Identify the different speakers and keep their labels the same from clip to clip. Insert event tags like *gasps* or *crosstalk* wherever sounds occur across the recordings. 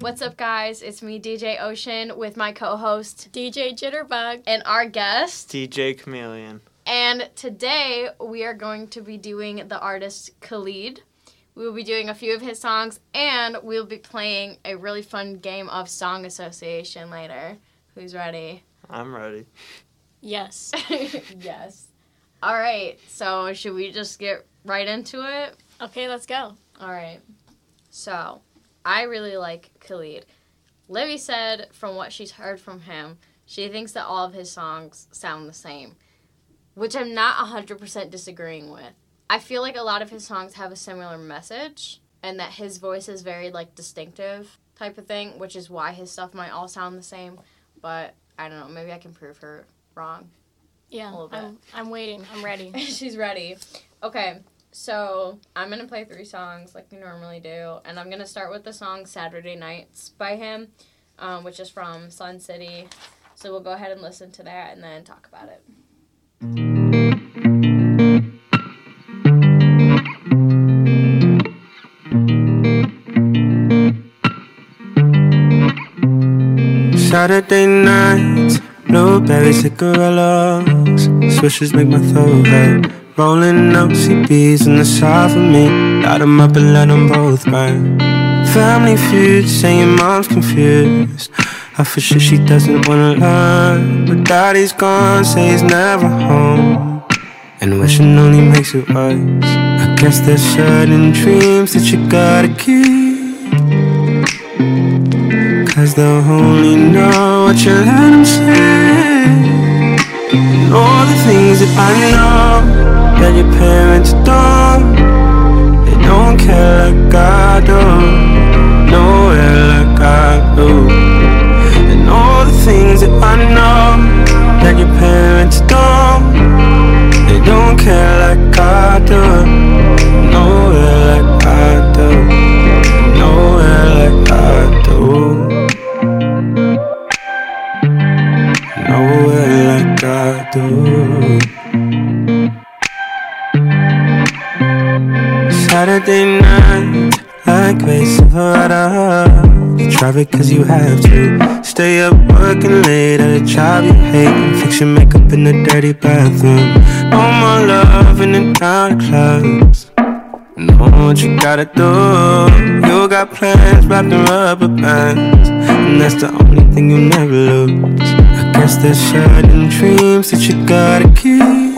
Speaker 1: What's up, guys? It's me, DJ Ocean, with my co host
Speaker 2: DJ Jitterbug.
Speaker 1: and our guest.
Speaker 3: DJ Chameleon.
Speaker 1: And today we are going to be doing the artist Khalid. We will be doing a few of his songs, and we'll be playing a really fun game of song association later. Who's ready?
Speaker 3: I'm ready.
Speaker 2: Yes.
Speaker 1: yes. All right, so should we just get right into it?
Speaker 2: Okay, let's go.
Speaker 1: All right. So, I really like Khalid. Libby said from what she's heard from him, she thinks that all of his songs sound the same, which I'm not 100% disagreeing with. I feel like a lot of his songs have a similar message and that his voice is very like distinctive type of thing, which is why his stuff might all sound the same, but I don't know, maybe I can prove her wrong.
Speaker 2: Yeah,
Speaker 1: A little bit.
Speaker 2: I'm, I'm waiting. I'm ready.
Speaker 1: *laughs* She's ready. Okay, so I'm gonna play three songs like we normally do, and I'm gonna start with the song "Saturday Nights" by him, um, which is from Sun City. So we'll go ahead and listen to that, and then talk about it.
Speaker 4: Saturday nights, blueberry cigarillos. Swishes make my throat hurt. Rolling up CBs on the side for me. Light 'em up and let 'em both burn. Family feud, saying mom's confused. I for sure she doesn't wanna learn. But daddy's gone, say he's never home. And wishing only makes it worse. I guess there's certain dreams that you gotta keep. Cause they'll only know what you let 'em say. And all the things that I know that your parents don't. They don't care like I do. Nowhere like I do. And all the things that I know that your parents don't. They don't care like I do. Nowhere like I do. Nowhere like I do nowhere like I do. Saturday night, like race Silverado. You drive it cause you have to. Stay up working late at a job you hate. And fix your makeup in the dirty bathroom. No more love in the dark clubs. Know what you gotta do. You got plans wrapped in rubber bands, and that's the only thing you never lose. I guess there's certain dreams that you gotta keep.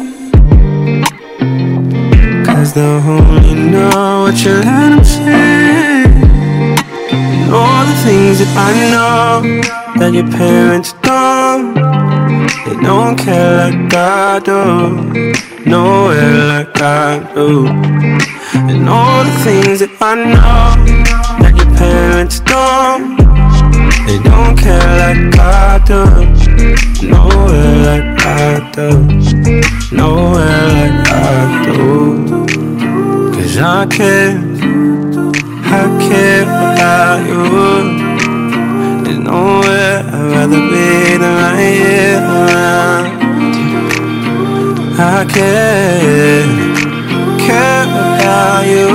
Speaker 4: Cause they'll only know what you let 'em say. And all the things that I know that your parents don't, they don't care like I do. Nowhere like I do. And all the things that I know that your parents don't, they don't care like I do. Nowhere like I do. Nowhere like I do. Cause I care, I care about you. There's nowhere I'd rather be than right here around you. I care care about you.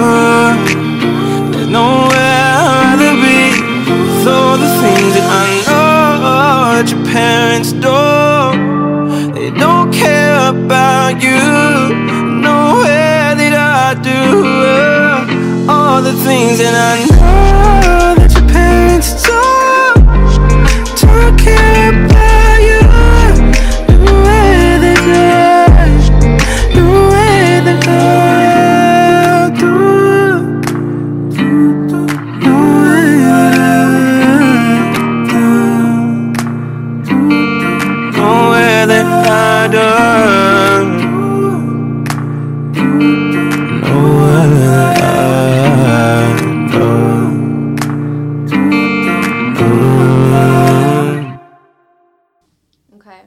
Speaker 4: There's nowhere I'd rather be. So the things that I know that your parents do, they don't care about you. Nowhere that I do. All the things that I know that your parents do. Don't care about you. Nowhere that I the way that I do, the way that I do, the way that I do, the way that I do.
Speaker 1: Okay,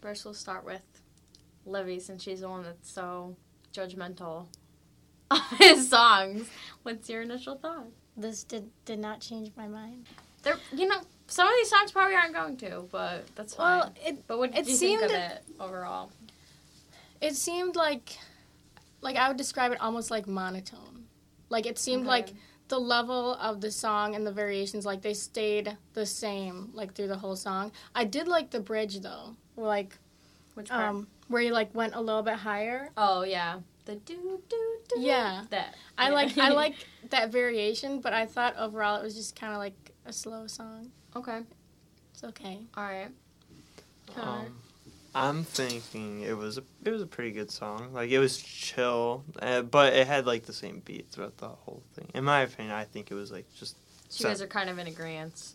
Speaker 1: first we'll start with Livy since she's the one that's so judgmental *laughs* of his songs. What's your initial thought?
Speaker 2: *laughs* This did did not change my mind.
Speaker 1: There, you know, some of these songs probably aren't going to, but that's fine.
Speaker 2: Well, it
Speaker 1: but what did
Speaker 2: it
Speaker 1: you think of
Speaker 2: seemed-
Speaker 1: it overall?
Speaker 2: it seemed like like I would describe it almost like monotone. Like it seemed
Speaker 1: Okay.
Speaker 2: like the level of the song and the variations like they stayed the same like through the whole song. I did like the bridge though, like
Speaker 1: Which part?
Speaker 2: um, where you like went a little bit higher.
Speaker 1: oh yeah, the do do do.
Speaker 2: Yeah.
Speaker 1: that.
Speaker 2: I
Speaker 1: Yeah.
Speaker 2: like *laughs* I like that variation, but I thought overall it was just kind of like a slow song.
Speaker 1: *laughs* okay,
Speaker 2: It's okay.
Speaker 1: all right. Connor?
Speaker 3: Um, I'm thinking it was a it was a pretty good song. Like it was chill, uh, but it had like the same beat throughout the whole thing. In my opinion, I think it was like just
Speaker 1: so you
Speaker 3: so-
Speaker 1: guys are kind of in agreement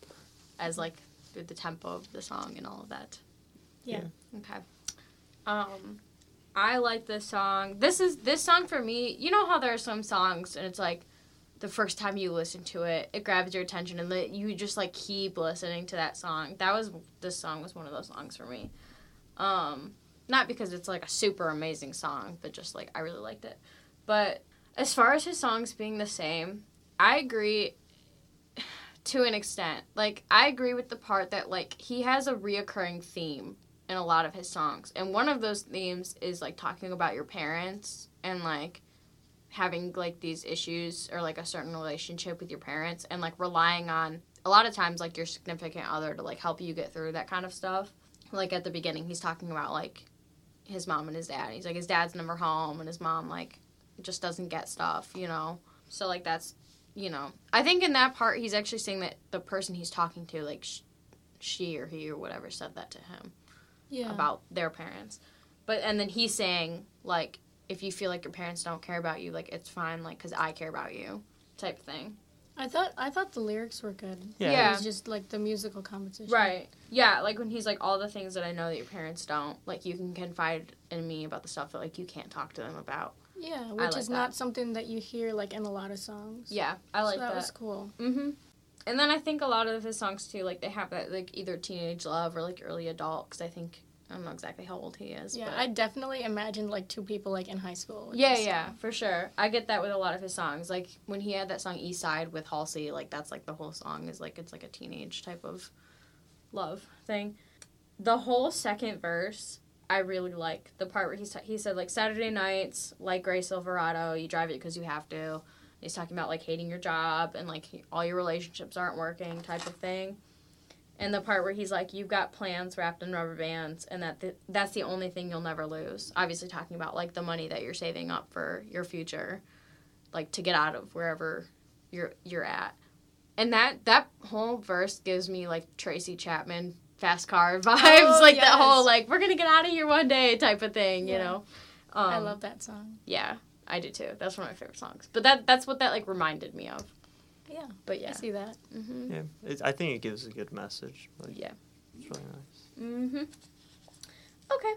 Speaker 1: as like through the tempo of the song and all of that.
Speaker 2: Yeah.
Speaker 1: Okay. Um, I like this song. This is this song for me. You know how there are some songs and it's like the first time you listen to it, it grabs your attention and that you just like keep listening to that song. That was this song was one of those songs for me. Um, not because it's like a super amazing song, but just like I really liked it. But as far as his songs being the same, I agree to an extent. Like I agree with the part that like he has a reoccurring theme in a lot of his songs. And one of those themes is like talking about your parents and like having like these issues or like a certain relationship with your parents and like relying on a lot of times like your significant other to like help you get through that kind of stuff. Like at the beginning he's talking about like his mom and his dad. He's like his dad's never home and his mom like just doesn't get stuff, you know. So like that's you know, I think in that part he's actually saying that the person he's talking to like sh- she or he or whatever said that to him
Speaker 2: Yeah.
Speaker 1: about their parents. But and then he's saying like if you feel like your parents don't care about you, like it's fine, like because I care about you, type thing.
Speaker 2: I thought I thought the lyrics were good.
Speaker 3: Yeah.
Speaker 2: It
Speaker 1: Yeah.
Speaker 2: was just like the musical competition.
Speaker 1: Right. Yeah. Like when he's like all the things that I know that your parents don't, like you can confide in me about the stuff that like you can't talk to them about.
Speaker 2: Yeah, which
Speaker 1: like
Speaker 2: is
Speaker 1: that.
Speaker 2: not something that you hear like in a lot of songs.
Speaker 1: Yeah, I like
Speaker 2: so that,
Speaker 1: that.
Speaker 2: was cool.
Speaker 1: Mm-hmm. And then I think a lot of his songs too, like they have that like either teenage love or like early adult. Because I think I don't know exactly how old he is.
Speaker 2: Yeah,
Speaker 1: but-
Speaker 2: I definitely imagined like two people like in high school. with
Speaker 1: Yeah,
Speaker 2: this
Speaker 1: yeah,
Speaker 2: song.
Speaker 1: for sure. I get that with a lot of his songs. Like when he had that song East Side with Halsey, like that's like the whole song is like it's like a teenage type of love thing. The whole second verse I really like the part where he's he said like Saturday nights like Gray Silverado, you drive it because you have to. He's talking about like hating your job and like all your relationships aren't working type of thing. And the part where he's like, "You've got plans wrapped in rubber bands, and that th- that's the only thing you'll never lose." Obviously, talking about like the money that you're saving up for your future, like to get out of wherever you're you're at. And that that whole verse gives me like Tracy Chapman fast car *laughs* vibes,
Speaker 2: Oh,
Speaker 1: like that
Speaker 2: yes.
Speaker 1: whole like we're gonna get out of here one day type of thing, you
Speaker 2: Yeah.
Speaker 1: know. Um,
Speaker 2: I love that song.
Speaker 1: Yeah, I do too. That's one of my favorite songs. But that that's what that like reminded me of.
Speaker 2: Yeah,
Speaker 1: But
Speaker 2: I
Speaker 1: yeah.
Speaker 2: see that.
Speaker 1: Mm-hmm.
Speaker 3: yeah. It, I think it gives a good message. Like,
Speaker 1: Yeah.
Speaker 3: it's really nice.
Speaker 1: Mm-hmm. Okay,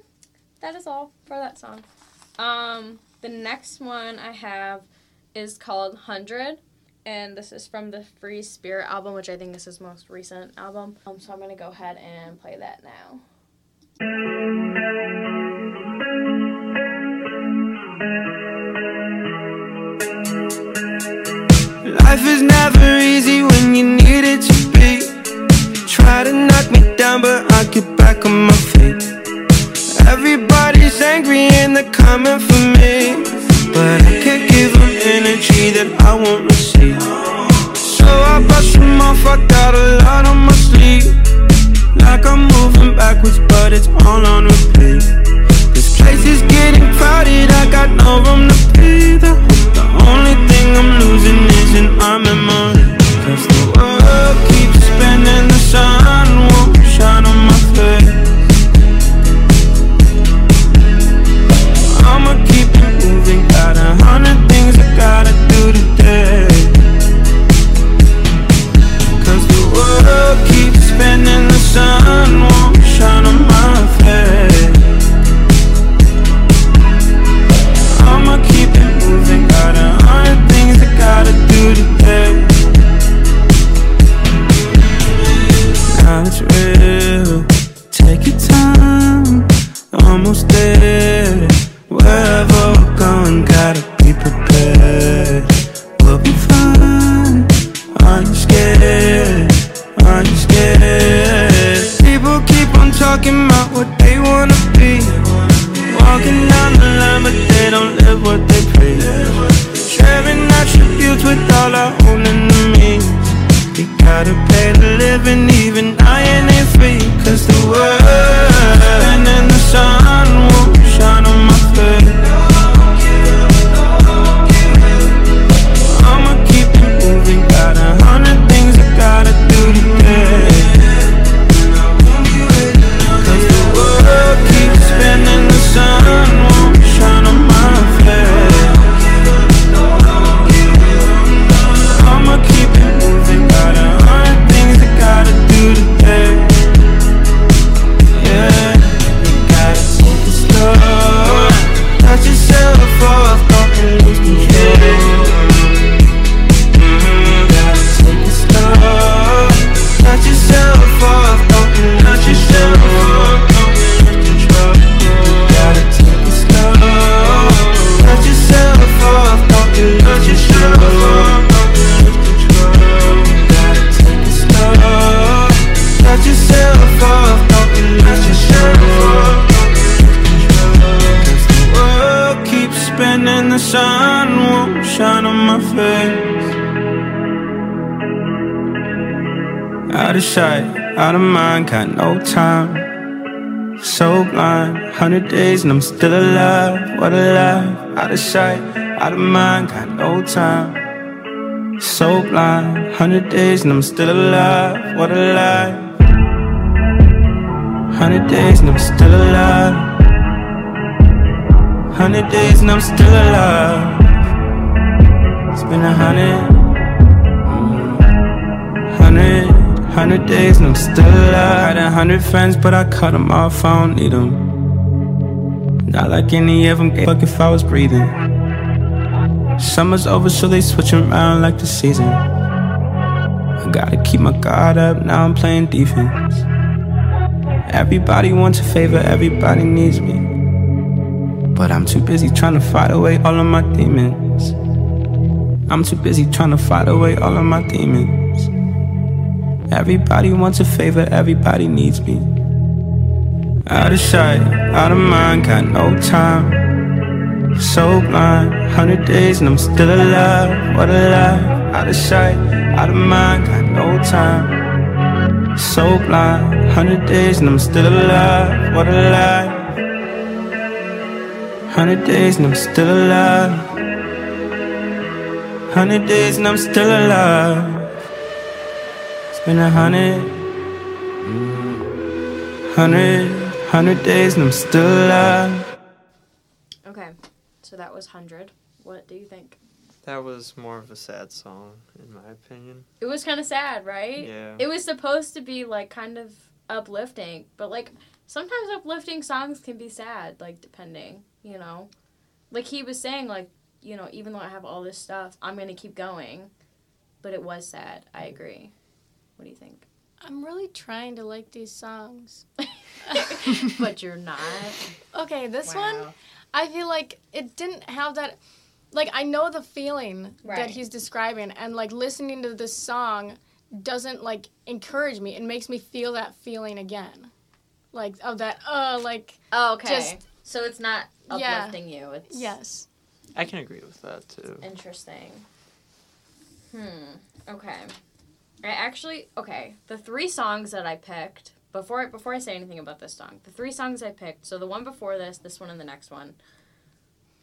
Speaker 1: that is all for that song. Um, the next one I have is called Hundred, and this is from the Free Spirit album, which I think is his most recent album. Um, so I'm gonna go ahead and play that now.
Speaker 4: Life is never easy when you need it to be. Try to knock me down, but I get back on my feet. Everybody's angry and they're coming for me. But I can't give them energy that I won't receive. So I brush them off, I got a lot on my sleeve. Like I'm moving backwards, but it's all on repeat. This place is getting crowded, I got no room to breathe. The only thing I'm losing is an arm and my leg. Cause the world keeps spinning, the sun won't shine on my face. I'ma keep it moving, got a hundred things I gotta do today. Cause the world keeps spinning, the sun won't shine on my face. I'ma keep it moving. Got a hundred things I gotta do today. Now it's real. Take your time. Almost there. Wherever we're going, gotta be prepared. We'll be fine. Aren't you scared? Aren't you scared? People keep on talking about what they wanna be. Walking down the line, but they don't live what they preach. Sharing attributes with all I own and spin and the sun won't shine on my face. Out of sight, out of mind, got no time. So blind, hundred days and I'm still alive. What a life! Out of sight, out of mind, got no time. So blind, hundred days and I'm still alive. What a life! Hundred days and I'm still alive. Hundred days and I'm still alive. It's been a hundred, mhm. hundred, hundred days and I'm still alive. Had a hundred friends, but I cut them off. I don't need them. Not like any of them gave a fuck if I was breathing. Summer's over, so they switch around like the season. I gotta keep my guard up, now I'm playing defense. Everybody wants a favor, everybody needs me. But I'm too busy trying to fight away all of my demons. I'm too busy trying to fight away all of my demons. Everybody wants a favor, everybody needs me. Out of sight, out of mind, got no time. So blind, hundred days and I'm still alive. What a life! Out of sight, out of mind, got no time. So blind, hundred days and I'm still alive. What a lie. Hundred days and I'm still alive. Hundred days and I'm still alive. It's been a hundred, hundred, hundred days and I'm still alive.
Speaker 1: Okay, so that was 100. What do you think?
Speaker 3: That was more of a sad song, in my opinion.
Speaker 1: It was kind of sad, right?
Speaker 3: Yeah.
Speaker 1: It was supposed to be like kind of uplifting, but like sometimes uplifting songs can be sad, like depending, you know? Like he was saying, like, you know, even though I have all this stuff, I'm going to keep going. But it was sad. I agree. What do you
Speaker 2: *laughs*
Speaker 1: think?
Speaker 2: I'm really trying to like
Speaker 1: *laughs*
Speaker 2: these songs.
Speaker 1: but you're
Speaker 2: *laughs*
Speaker 1: not.
Speaker 2: Okay, this one,
Speaker 1: Wow.
Speaker 2: I feel like it didn't have that. Like, I know the feeling
Speaker 1: Right.
Speaker 2: that he's describing, and like listening to this song doesn't like encourage me. It makes me feel that feeling again. Like, of that, uh, like,
Speaker 1: Oh, okay.
Speaker 2: Just-
Speaker 1: so it's not
Speaker 2: Yeah.
Speaker 1: uplifting you. It's
Speaker 2: yes.
Speaker 3: I can agree with that too.
Speaker 1: Interesting. Hmm. Okay. I actually okay. The three songs that I picked before before I say anything about this song, the three songs I picked. So the one before this, this one, and the next one.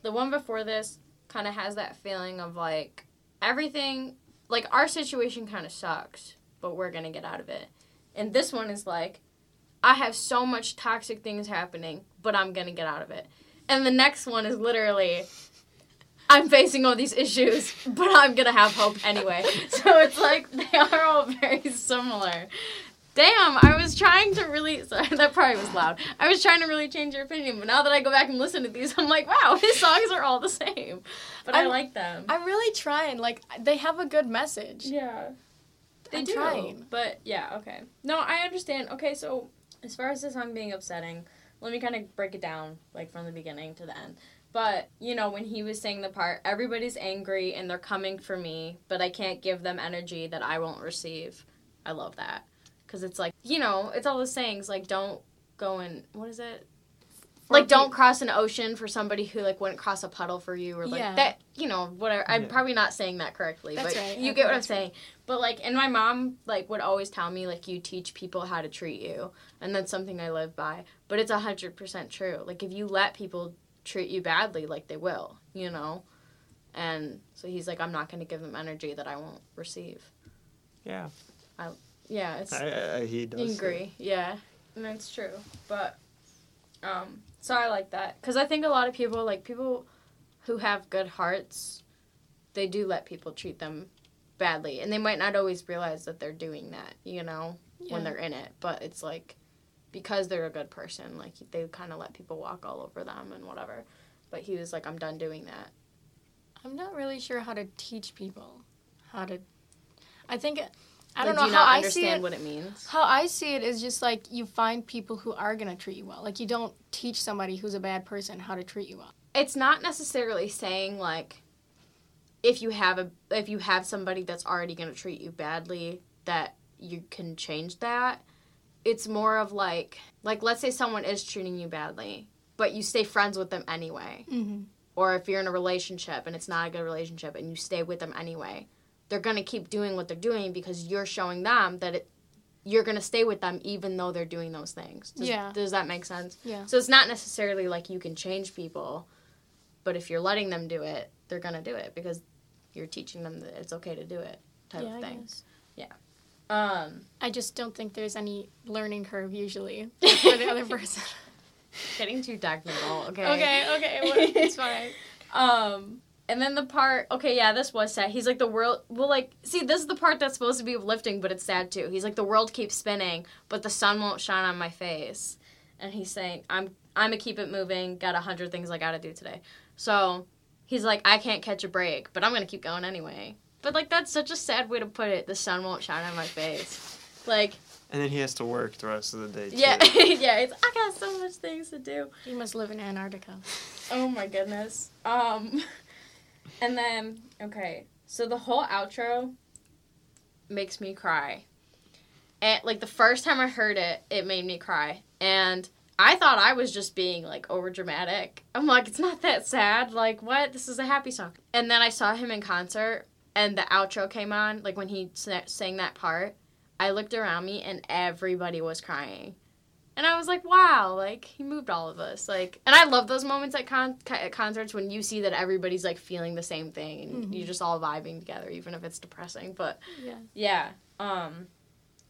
Speaker 1: The one before this kind of has that feeling of like everything, like our situation kind of sucks, but we're gonna get out of it. And this one is like, I have so much toxic things happening, but I'm gonna get out of it. And the next one is literally. I'm facing all these issues, *laughs* but I'm gonna have hope *laughs* anyway. So it's like they are all very similar. Damn, I was trying to really. *laughs* Sorry, that probably was loud. I was trying to really change your opinion, but now that I go back and listen to these, I'm like, wow, *laughs* his songs are all the same. But i
Speaker 2: I'm-
Speaker 1: like them.
Speaker 2: I'm really trying. Like, they have a good message.
Speaker 1: yeah, they
Speaker 2: I'm
Speaker 1: do.
Speaker 2: trying.
Speaker 1: But yeah, okay. No, I understand. Okay, so as far as the song being upsetting, let me kind of break it down like from the beginning to the end. But you know, when he was saying the part, everybody's angry and they're coming for me, but I can't give them energy that I won't receive. I love that because it's like you know, it's all those sayings like don't go and what is it? Like
Speaker 2: people.
Speaker 1: don't cross an ocean for somebody who like wouldn't cross a puddle for you or like
Speaker 2: Yeah.
Speaker 1: that you know whatever. I'm
Speaker 3: Yeah.
Speaker 1: probably not saying that correctly,
Speaker 2: That's
Speaker 1: but
Speaker 2: right.
Speaker 1: you
Speaker 2: I
Speaker 1: get
Speaker 2: think
Speaker 1: what I'm
Speaker 2: that's right.
Speaker 1: saying. But like, and my mom like would always tell me like you teach people how to treat you, and that's something I live by. But it's hundred percent true. Like if you let people treat you badly, like they will, you know. And so he's like, I'm not going to give them energy that I won't receive.
Speaker 3: Yeah,
Speaker 1: Yeah, it's
Speaker 3: I, I, I- he does.
Speaker 1: you
Speaker 3: say-
Speaker 1: agree, yeah, and that's true. But um, so I like that because I think a lot of people like people who have good hearts, they do let people treat them badly, and they might not always realize that they're doing that, you know, when
Speaker 2: Yeah.
Speaker 1: they're in it. But it's like because they're a good person, like they kind of let people walk all over them and whatever. But he was like, I'm done doing that.
Speaker 2: I'm not really sure how to teach people how to. I think I
Speaker 1: Like,
Speaker 2: don't
Speaker 1: do
Speaker 2: know
Speaker 1: you
Speaker 2: how
Speaker 1: not
Speaker 2: I see
Speaker 1: understand
Speaker 2: it.
Speaker 1: what it means.
Speaker 2: how I see it is just like you find people who are gonna treat you well. Like you don't teach somebody who's a bad person how to treat you well.
Speaker 1: it's not necessarily saying like if you have a if you have somebody that's already going to treat you badly that you can change that it's more of like like let's say someone is treating you badly but you stay friends with them anyway
Speaker 2: Mm-hmm.
Speaker 1: or if you're in a relationship and it's not a good relationship and you stay with them anyway, they're gonna keep doing what they're doing because you're showing them that it, you're gonna stay with them even though they're doing those things. Does,
Speaker 2: Yeah.
Speaker 1: Does that make sense?
Speaker 2: Yeah.
Speaker 1: So it's not necessarily like you can change people, but if you're letting them do it, they're gonna do it because you're teaching them that it's okay to do it, type
Speaker 2: yeah,
Speaker 1: of
Speaker 2: I
Speaker 1: thing.
Speaker 2: guess.
Speaker 1: Um,
Speaker 2: I just don't think there's any learning curve *laughs* usually for the other *laughs* person.
Speaker 1: getting too technical. Okay.
Speaker 2: okay, okay, well, *laughs* it's fine.
Speaker 1: Um, and then the part, okay, yeah, this was sad. He's like, the world, well, like, see, this is the part that's supposed to be uplifting, but it's sad too. He's like, the world keeps spinning, but the sun won't shine on my face. And he's saying, I'm, I'm gonna keep it moving. Got a hundred things I gotta do today. So he's like, I can't catch a break, but I'm gonna keep going anyway. But like, that's such a sad way to put it. The sun won't shine on my face. Like,
Speaker 3: And then he has to work the rest of the day. Too.
Speaker 1: yeah, *laughs* yeah. It's I got so much things to do.
Speaker 2: You must live in Antarctica.
Speaker 1: Oh my goodness. Um *laughs* and then okay, so the whole outro makes me cry. And like the first time I heard it, it made me cry. And I thought I was just being like over dramatic. I'm like, it's not that sad. Like, what? This is a happy song. And then I saw him in concert and the outro came on, like when he sa- sang that part. I looked around me and everybody was crying. And I was like, wow, like he moved all of us. Like, and I love those moments at, con- co- at concerts when you see that everybody's like feeling the same thing and
Speaker 2: Mhm.
Speaker 1: you're just all vibing together, even if it's depressing. But
Speaker 2: Yeah.
Speaker 1: yeah, um,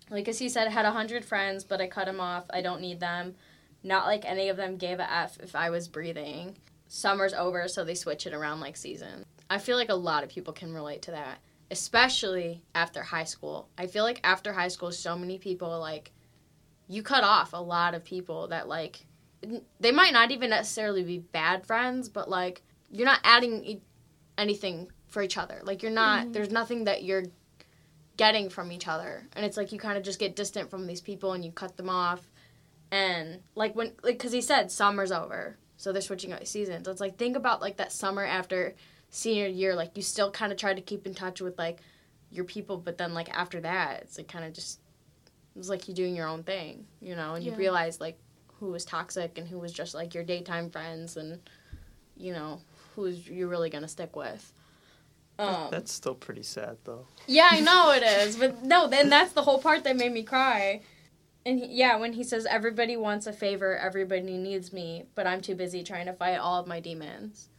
Speaker 1: like as he said, had a hundred friends, but I cut him off. I don't need them. Not like any of them gave a f if I was breathing. Summer's over, so they switch it around like season. I feel like a lot of people can relate to that, especially after high school. I feel like after high school, so many people like you cut off a lot of people that like n- they might not even necessarily be bad friends but like you're not adding e- anything for each other like you're not there's nothing that you're getting from each other and it's like you kind of just get distant from these people and you cut them off and like when like because he said summer's over so they're switching out seasons it's like think about like that summer after senior year like you still kind of try to keep in touch with like your people but then like after that it's like kind of just it's like you doing your own thing you know and you
Speaker 2: Yeah.
Speaker 1: realize like who was toxic and who was just like your daytime friends and you know who's you're really gonna stick with um,
Speaker 3: That's still pretty sad though.
Speaker 1: yeah, I know it is, but no, then that's the whole part that made me cry. And he, yeah, when he says everybody wants a favor, everybody needs me, but I'm too busy trying to fight all of my demons.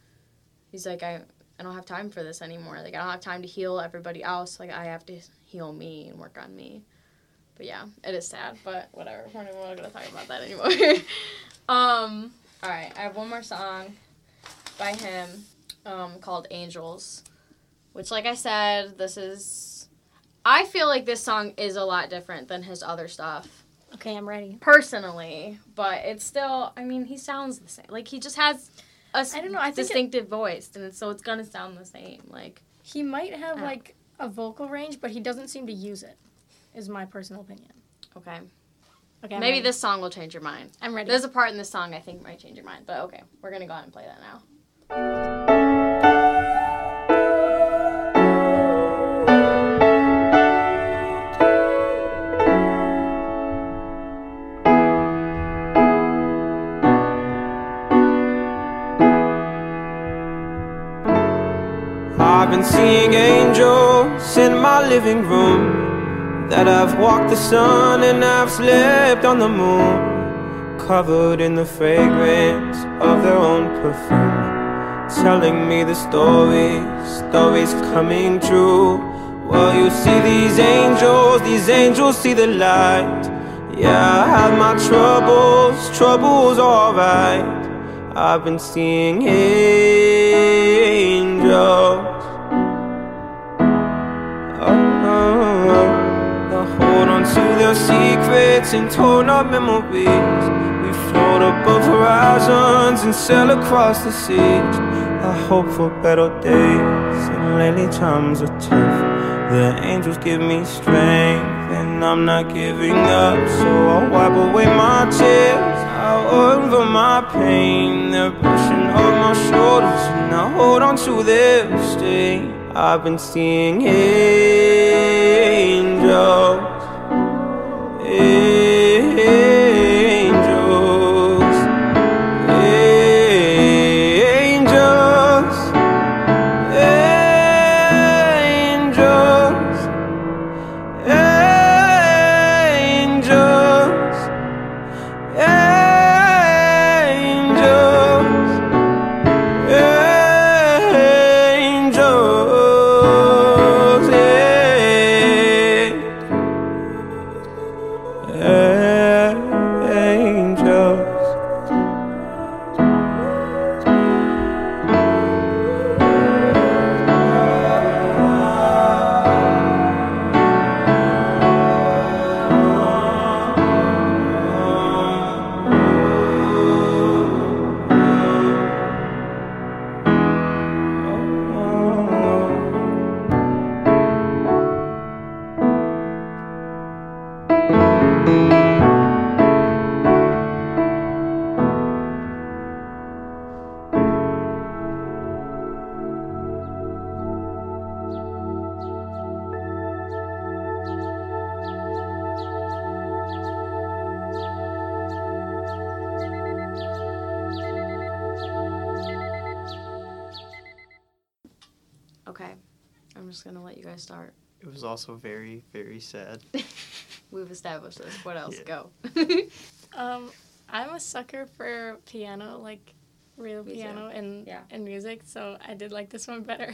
Speaker 1: He's like, I, I don't have time for this anymore. Like I don't have time to heal everybody else. Like I have to heal me and work on me. But yeah, it is sad, but whatever. We're not even gonna talk about that anymore. *laughs* um, all right, I have one more song by him um, called Angels which like i said this is i feel like this song is a lot different than his other stuff
Speaker 2: Okay, I'm ready.
Speaker 1: personally but it's still i mean he sounds the same like he just has a s-
Speaker 2: I don't know, I think it-
Speaker 1: distinctive voice and it's- so it's gonna sound the same like
Speaker 2: He might have
Speaker 1: Oh.
Speaker 2: like a vocal range, but he doesn't seem to use it. Is my personal opinion.
Speaker 1: okay
Speaker 2: Okay, I'm
Speaker 1: maybe
Speaker 2: ready.
Speaker 1: this song will change your mind
Speaker 2: I'm ready.
Speaker 1: there's a part in this song i think might change your mind but okay we're gonna go ahead and play that now
Speaker 4: I've been seeing angels in my living room that I've walked the sun and I've slept on the moon, covered in the fragrance of their own perfume, telling me the stories, stories coming true. Well, you see these angels, these angels see the light. Yeah, I have my troubles, troubles alright. I've been seeing angels. Oh, they'll hold on to their secrets and torn up memories. We float above horizons and sail across the seas. I hope for better days, and lately times are tough. The angels give me strength, and I'm not giving up. So I'll wipe away my tears, I'll over my pain. They're pushing on my shoulders, and I hold on to their sting. I've been seeing angels angels, angels.
Speaker 1: Okay. I'm just gonna let you guys start.
Speaker 3: It was also very, very sad.
Speaker 1: We've established this. What else?
Speaker 3: Yeah.
Speaker 1: Go.
Speaker 2: Um, I'm a sucker for piano, like real
Speaker 1: Me too.
Speaker 2: piano and
Speaker 1: Yeah.
Speaker 2: and music. So I did like this one better.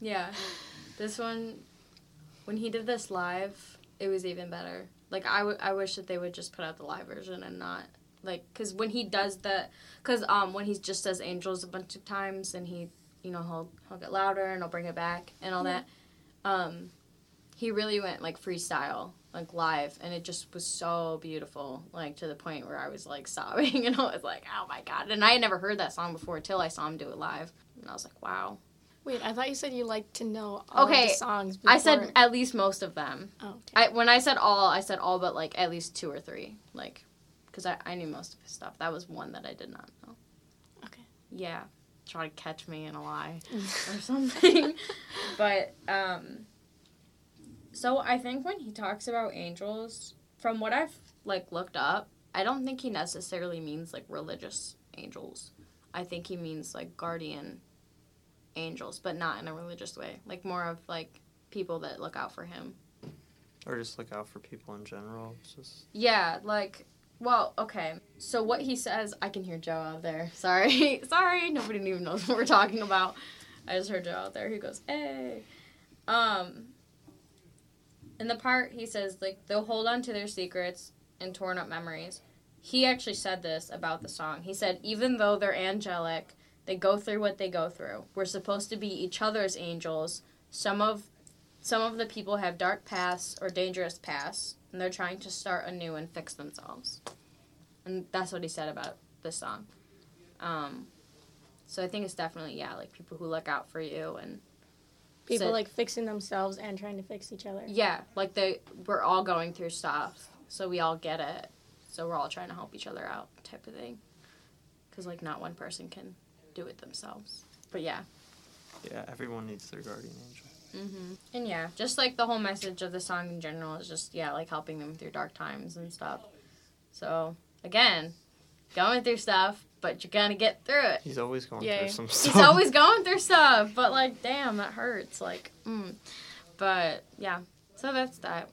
Speaker 1: yeah. This one, when he did this live, it was even better. Like I, w- I wish that they would just put out the live version and not like because when he does the because um when he just says angels a bunch of times and he you know he'll he'll get louder and he'll bring it back and all that um he really went like freestyle like live and it just was so beautiful like to the point where i was like *laughs* sobbing and i was like oh my god and i had never heard that song before till i saw him do it live and i was like wow
Speaker 2: *laughs* Wait, I thought you said you like to know all of
Speaker 1: Okay,
Speaker 2: the songs. Before.
Speaker 1: I said at least most of them.
Speaker 2: Oh, okay.
Speaker 1: I when I said all, I said all but like at least two or three, like, because I I knew most of his stuff. That was one that I did not know.
Speaker 2: Okay.
Speaker 1: Yeah, try to catch me in a
Speaker 2: *laughs*
Speaker 1: lie or something. *laughs* but um, so I think when he talks about angels, from what I've like looked up, I don't think he necessarily means like religious angels. I think he means like guardian angels, but not in a religious way. Like more of like people that look out for him.
Speaker 3: Or just look out for people in general. It's just
Speaker 1: Yeah, like, well, okay. So what he says, I can hear Joe out there. *laughs* Sorry, sorry. Nobody even knows what we're talking about. I just heard Joe out there. He goes, "Hey." Um. In the part he says, like they'll hold on to their secrets and torn up memories. He actually said this about the song. He said, even though they're angelic, they go through what they go through. We're supposed to be each other's angels. Some of some of the people have dark pasts or dangerous pasts, and they're trying to start anew and fix themselves. And that's what he said about this song. Um, so I think it's definitely, yeah, like people who look out for you. And
Speaker 2: People
Speaker 1: So-
Speaker 2: like fixing themselves and trying to fix each other.
Speaker 1: yeah, like they, we're all going through stuff, so we all get it. So we're all trying to help each other out, type of thing. Because, like, not one person can do it themselves. But yeah.
Speaker 3: yeah, everyone needs their guardian angel.
Speaker 1: hmm And yeah, just like the whole message of the song in general is just yeah, like helping them through dark times and stuff. So again, going through stuff, but you're gonna get through it.
Speaker 3: He's always going
Speaker 2: Yay.
Speaker 3: through some stuff.
Speaker 1: He's always going through stuff, but like damn, that hurts. Like, mm. but yeah, so that's that.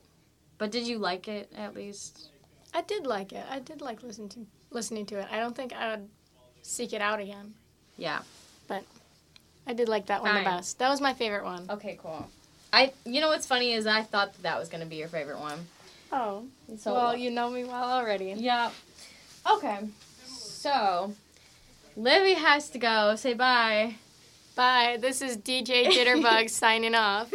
Speaker 1: But did you like it at least?
Speaker 2: I did like it. I did like listen to listening to it. I don't think I would seek it out again.
Speaker 1: Yeah.
Speaker 2: I did like that one the
Speaker 1: Fine.
Speaker 2: best. That was my favorite one.
Speaker 1: Okay. Cool. I. You know what's funny is I thought that, that was gonna be your favorite one.
Speaker 2: Oh,
Speaker 1: So
Speaker 2: well, you know me well already.
Speaker 1: Yeah. Okay. So, Livy has to go. Say bye.
Speaker 2: Bye. This is DJ Jitterbug *laughs* signing off.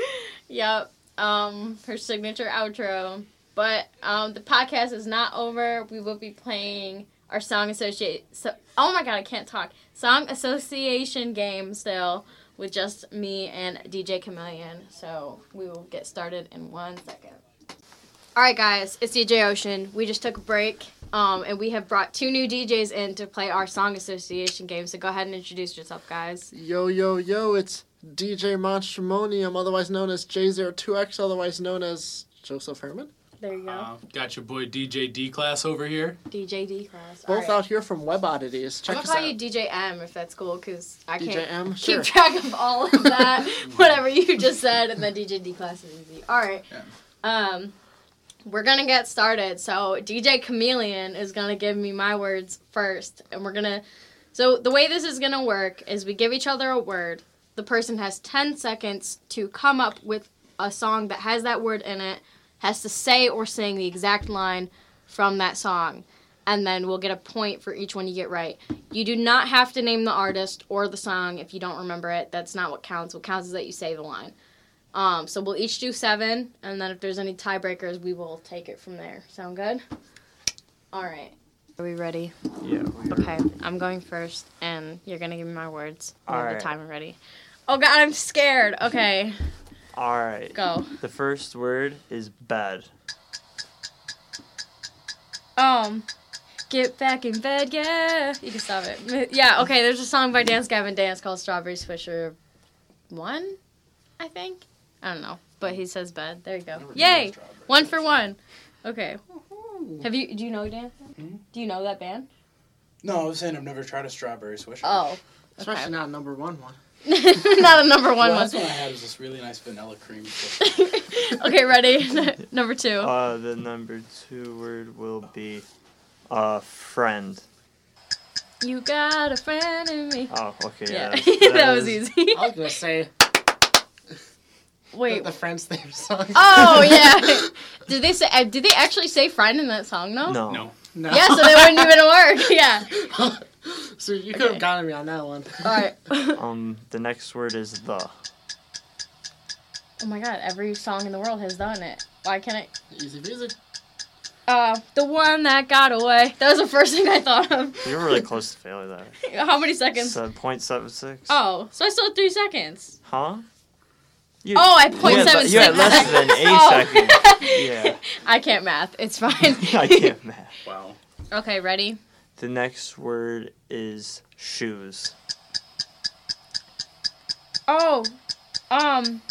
Speaker 1: Yep. Um, her signature outro. But um, the podcast is not over. We will be playing our song associate. So, oh my god, I can't talk. Song association game still with just me and DJ Chameleon. So we will get started in one second. All right, guys, it's DJ Ocean. We just took a break, um, and we have brought two new DJs in to play our song association game. So go ahead and introduce yourself, guys.
Speaker 5: Yo, yo, yo, it's DJ Monstromonium, otherwise known as J02X, otherwise known as Joseph Herman.
Speaker 1: There you go,
Speaker 6: Uh, got your boy DJ D class over here.
Speaker 1: DJ D class. All
Speaker 5: Both
Speaker 1: right.
Speaker 5: out here from Web Oddities.
Speaker 1: I'm
Speaker 5: Check
Speaker 1: gonna
Speaker 5: us
Speaker 1: call
Speaker 5: out.
Speaker 1: you DJ M if that's cool, cause I can't
Speaker 5: DJ M,
Speaker 1: keep
Speaker 5: sure.
Speaker 1: track of all of that,
Speaker 5: *laughs*
Speaker 1: *laughs* whatever you just said, and then DJ D class is easy. All right,
Speaker 6: Yeah.
Speaker 1: um, we're gonna get started. So DJ Chameleon is gonna give me my words first, and we're gonna. So the way this is gonna work is we give each other a word. The person has ten seconds to come up with a song that has that word in it, has to say or sing the exact line from that song. And then we'll get a point for each one you get right. You do not have to name the artist or the song if you don't remember it. That's not what counts. What counts is that you say the line. Um, so we'll each do seven, and then if there's any tiebreakers, we will take it from there. Sound good? All right. Are we ready?
Speaker 3: *laughs* Yeah.
Speaker 1: Okay, I'm going first, and you're gonna give me my words. I have
Speaker 3: Alright.
Speaker 1: the timer ready. Oh God, I'm scared. Okay,
Speaker 3: All right.
Speaker 1: go.
Speaker 3: The first word is bed.
Speaker 1: Um, get back in bed, yeah. You can stop it. *laughs* Yeah, okay. There's a song by Dance Gavin Dance called "Strawberry Swisher," one, I think. I don't know, but he says bed. There you go. Yay, one for one. Okay. Have you? Do you know dance? Do you know that band?
Speaker 7: No, I was saying I've never tried a strawberry swisher.
Speaker 1: Oh,
Speaker 5: Especially not number one one.
Speaker 1: *laughs* Not a number one
Speaker 6: well,
Speaker 1: one.
Speaker 6: that's what I had was this really nice vanilla cream. cake.
Speaker 1: *laughs* okay, ready? number two.
Speaker 3: Uh, the number two word will be uh, friend.
Speaker 1: you got a friend in me.
Speaker 3: Oh, okay.
Speaker 1: Yeah, *laughs*
Speaker 3: that's-
Speaker 1: that, was
Speaker 3: is-
Speaker 5: *laughs*
Speaker 1: easy.
Speaker 5: I was gonna say the,
Speaker 1: Wait.
Speaker 5: the Friends theme song. *laughs*
Speaker 1: *laughs* Oh yeah. Did they say? uh, Did they actually say friend in that song? No.
Speaker 3: No.
Speaker 6: No.
Speaker 5: no.
Speaker 1: Yeah, so they wouldn't even work. *laughs* Yeah.
Speaker 5: *laughs* so you could have
Speaker 1: Okay.
Speaker 5: gotten me on that one.
Speaker 1: All right.
Speaker 3: Um, the next word is the.
Speaker 1: Oh my god, every song in the world has done it. Why can't I?
Speaker 5: *laughs* Easy peasy.
Speaker 1: Uh, the one that got away. That was the first thing I thought of. *laughs*
Speaker 3: You're really close to failure there.
Speaker 1: How many seconds?
Speaker 3: So, 0.76.
Speaker 1: Oh, so I still have three seconds.
Speaker 3: Huh? You,
Speaker 1: Oh, I
Speaker 3: you had, le-
Speaker 1: 0.76.
Speaker 3: you had less than eight
Speaker 1: *laughs* Oh.
Speaker 3: seconds. Yeah.
Speaker 1: I can't math. It's fine.
Speaker 3: *laughs* *laughs* I can't math.
Speaker 6: Wow.
Speaker 1: *laughs* Okay, ready?
Speaker 3: The next word is shoes.
Speaker 1: Oh, um,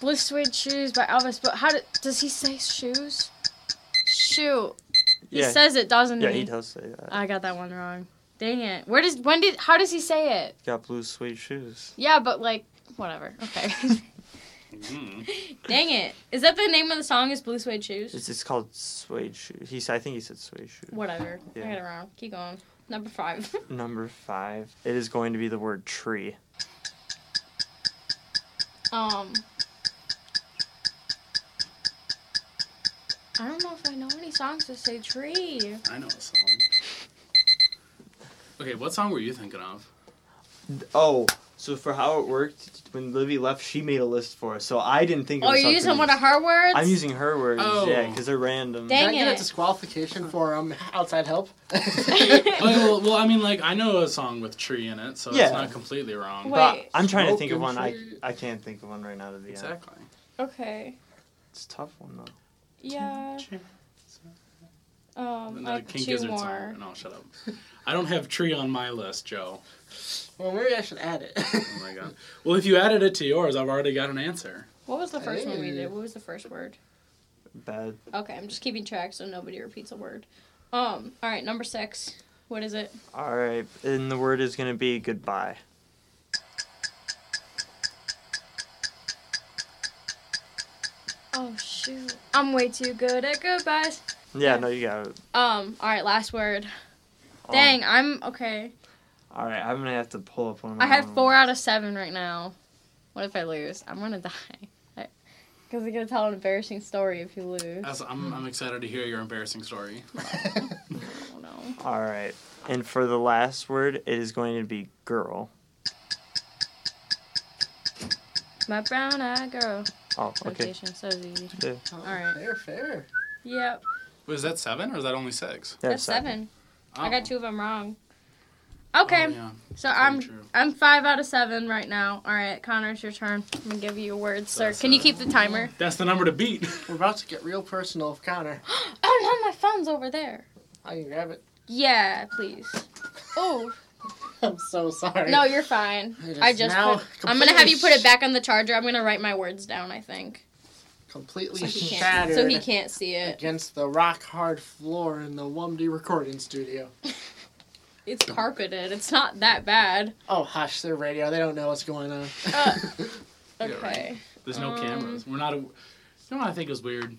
Speaker 1: Blue Suede Shoes by Elvis. But how do, does he say shoes? Shoe. He
Speaker 3: yeah.
Speaker 1: says it, doesn't
Speaker 3: yeah,
Speaker 1: he?
Speaker 3: he does say that.
Speaker 1: I got that one wrong. Dang it. Where does when did how does he say it?
Speaker 3: Got blue suede shoes.
Speaker 1: Yeah, but like whatever. Okay.
Speaker 3: Mm-hmm.
Speaker 6: Mhm.
Speaker 1: Dang it. Is that the name of the song? Is Blue Suede Shoes?
Speaker 3: It's, it's called suede shoes. He, s- I think he said suede shoes.
Speaker 1: Whatever. I
Speaker 3: Yeah.
Speaker 1: got it wrong. Keep going. Number five. *laughs*
Speaker 3: Number five. It is going to be the word tree.
Speaker 1: Um, I don't know if I know any songs that say tree.
Speaker 6: I know a song. Okay, what song were you thinking of?
Speaker 3: Oh, so for how it worked, when Livy left, she made a list for us. So I didn't think.
Speaker 1: Oh, you're using one of her words. *laughs*
Speaker 3: I'm using her words,
Speaker 6: Oh.
Speaker 3: yeah, because they're random.
Speaker 1: Dang
Speaker 5: Can I get
Speaker 1: it.
Speaker 5: a disqualification for um
Speaker 1: *laughs*
Speaker 5: outside help? *laughs*
Speaker 6: Oh, well, well, I mean, like I know a song with tree in it, so
Speaker 3: Yeah.
Speaker 6: it's not completely wrong.
Speaker 1: Wait.
Speaker 3: But I'm trying to think of
Speaker 5: Smoking
Speaker 3: one. I,
Speaker 5: tree.
Speaker 3: I can't think of one right now to be honest.
Speaker 6: Exactly.
Speaker 1: Okay.
Speaker 3: It's a tough one though.
Speaker 1: Yeah. Um,
Speaker 6: Another
Speaker 1: like
Speaker 6: King
Speaker 1: two
Speaker 6: Gizzard song.
Speaker 1: more.
Speaker 6: No, shut up. I don't have tree on my list, Joe.
Speaker 5: Well, maybe I should add it. *laughs*
Speaker 6: Oh my god. Well, if you added it to yours, I've already got an answer.
Speaker 1: What was the first one we
Speaker 5: Hey.
Speaker 1: did? What was the first word?
Speaker 3: Bad.
Speaker 1: Okay, I'm just keeping track so nobody repeats a word. Um, all right, number six. What is it?
Speaker 3: All right, and the word is gonna be goodbye.
Speaker 1: Oh shoot, I'm way too good at goodbyes.
Speaker 3: Yeah,
Speaker 1: Yeah.
Speaker 3: no, you got it.
Speaker 1: Um, all right, last word.
Speaker 3: Um,
Speaker 1: Dang, I'm okay.
Speaker 3: All right, I'm gonna have to pull up one. Of my
Speaker 1: I have
Speaker 3: own.
Speaker 1: four out of seven right now. What if I lose? I'm gonna *laughs* die. Because I'm gonna tell an embarrassing story if you lose.
Speaker 3: Uh,
Speaker 6: As I'm, I'm excited to hear your embarrassing story.
Speaker 1: Oh no.
Speaker 3: All right, and for the last word, it is going to be girl.
Speaker 1: My brown eyed girl.
Speaker 3: Oh, okay.
Speaker 1: Rotation, so easy.
Speaker 3: Yeah,
Speaker 5: All
Speaker 1: right.
Speaker 5: Fair, fair.
Speaker 1: Yep,
Speaker 6: Was that seven or is that only six?
Speaker 1: that's seven. I got
Speaker 6: Oh.
Speaker 1: two of them wrong.
Speaker 6: Oh,
Speaker 1: Okay,
Speaker 6: yeah.
Speaker 1: so
Speaker 6: very
Speaker 1: I'm
Speaker 6: true.
Speaker 1: I'm five out of seven right now. All right, Connor, it's your turn. I'm gonna give you your words, sir.
Speaker 6: That's
Speaker 1: Can you
Speaker 6: it.
Speaker 1: keep the timer?
Speaker 6: That's the number to beat. *laughs*
Speaker 5: We're about to get real personal with Connor.
Speaker 1: Oh no, my phone's over there.
Speaker 5: I can grab it. *laughs*
Speaker 1: Yeah, please. Oh
Speaker 5: I'm so sorry.
Speaker 1: no, you're fine.
Speaker 5: It
Speaker 1: I
Speaker 5: is
Speaker 1: just
Speaker 5: now
Speaker 1: put, I'm gonna have you put
Speaker 5: completely
Speaker 1: it back on the charger. I'm gonna write my words down. I think
Speaker 5: Completely
Speaker 1: so he can't
Speaker 5: shattered
Speaker 1: so he can't see it.
Speaker 5: against the rock hard floor in the Wumdy recording studio.
Speaker 1: It's carpeted. It's not that
Speaker 6: *laughs*
Speaker 1: bad.
Speaker 5: Oh hush, they're radio. They don't know what's going on.
Speaker 1: Uh,
Speaker 6: right.
Speaker 1: okay.
Speaker 6: There's no
Speaker 1: Um.
Speaker 6: cameras. We're not. A, you know what I think is weird?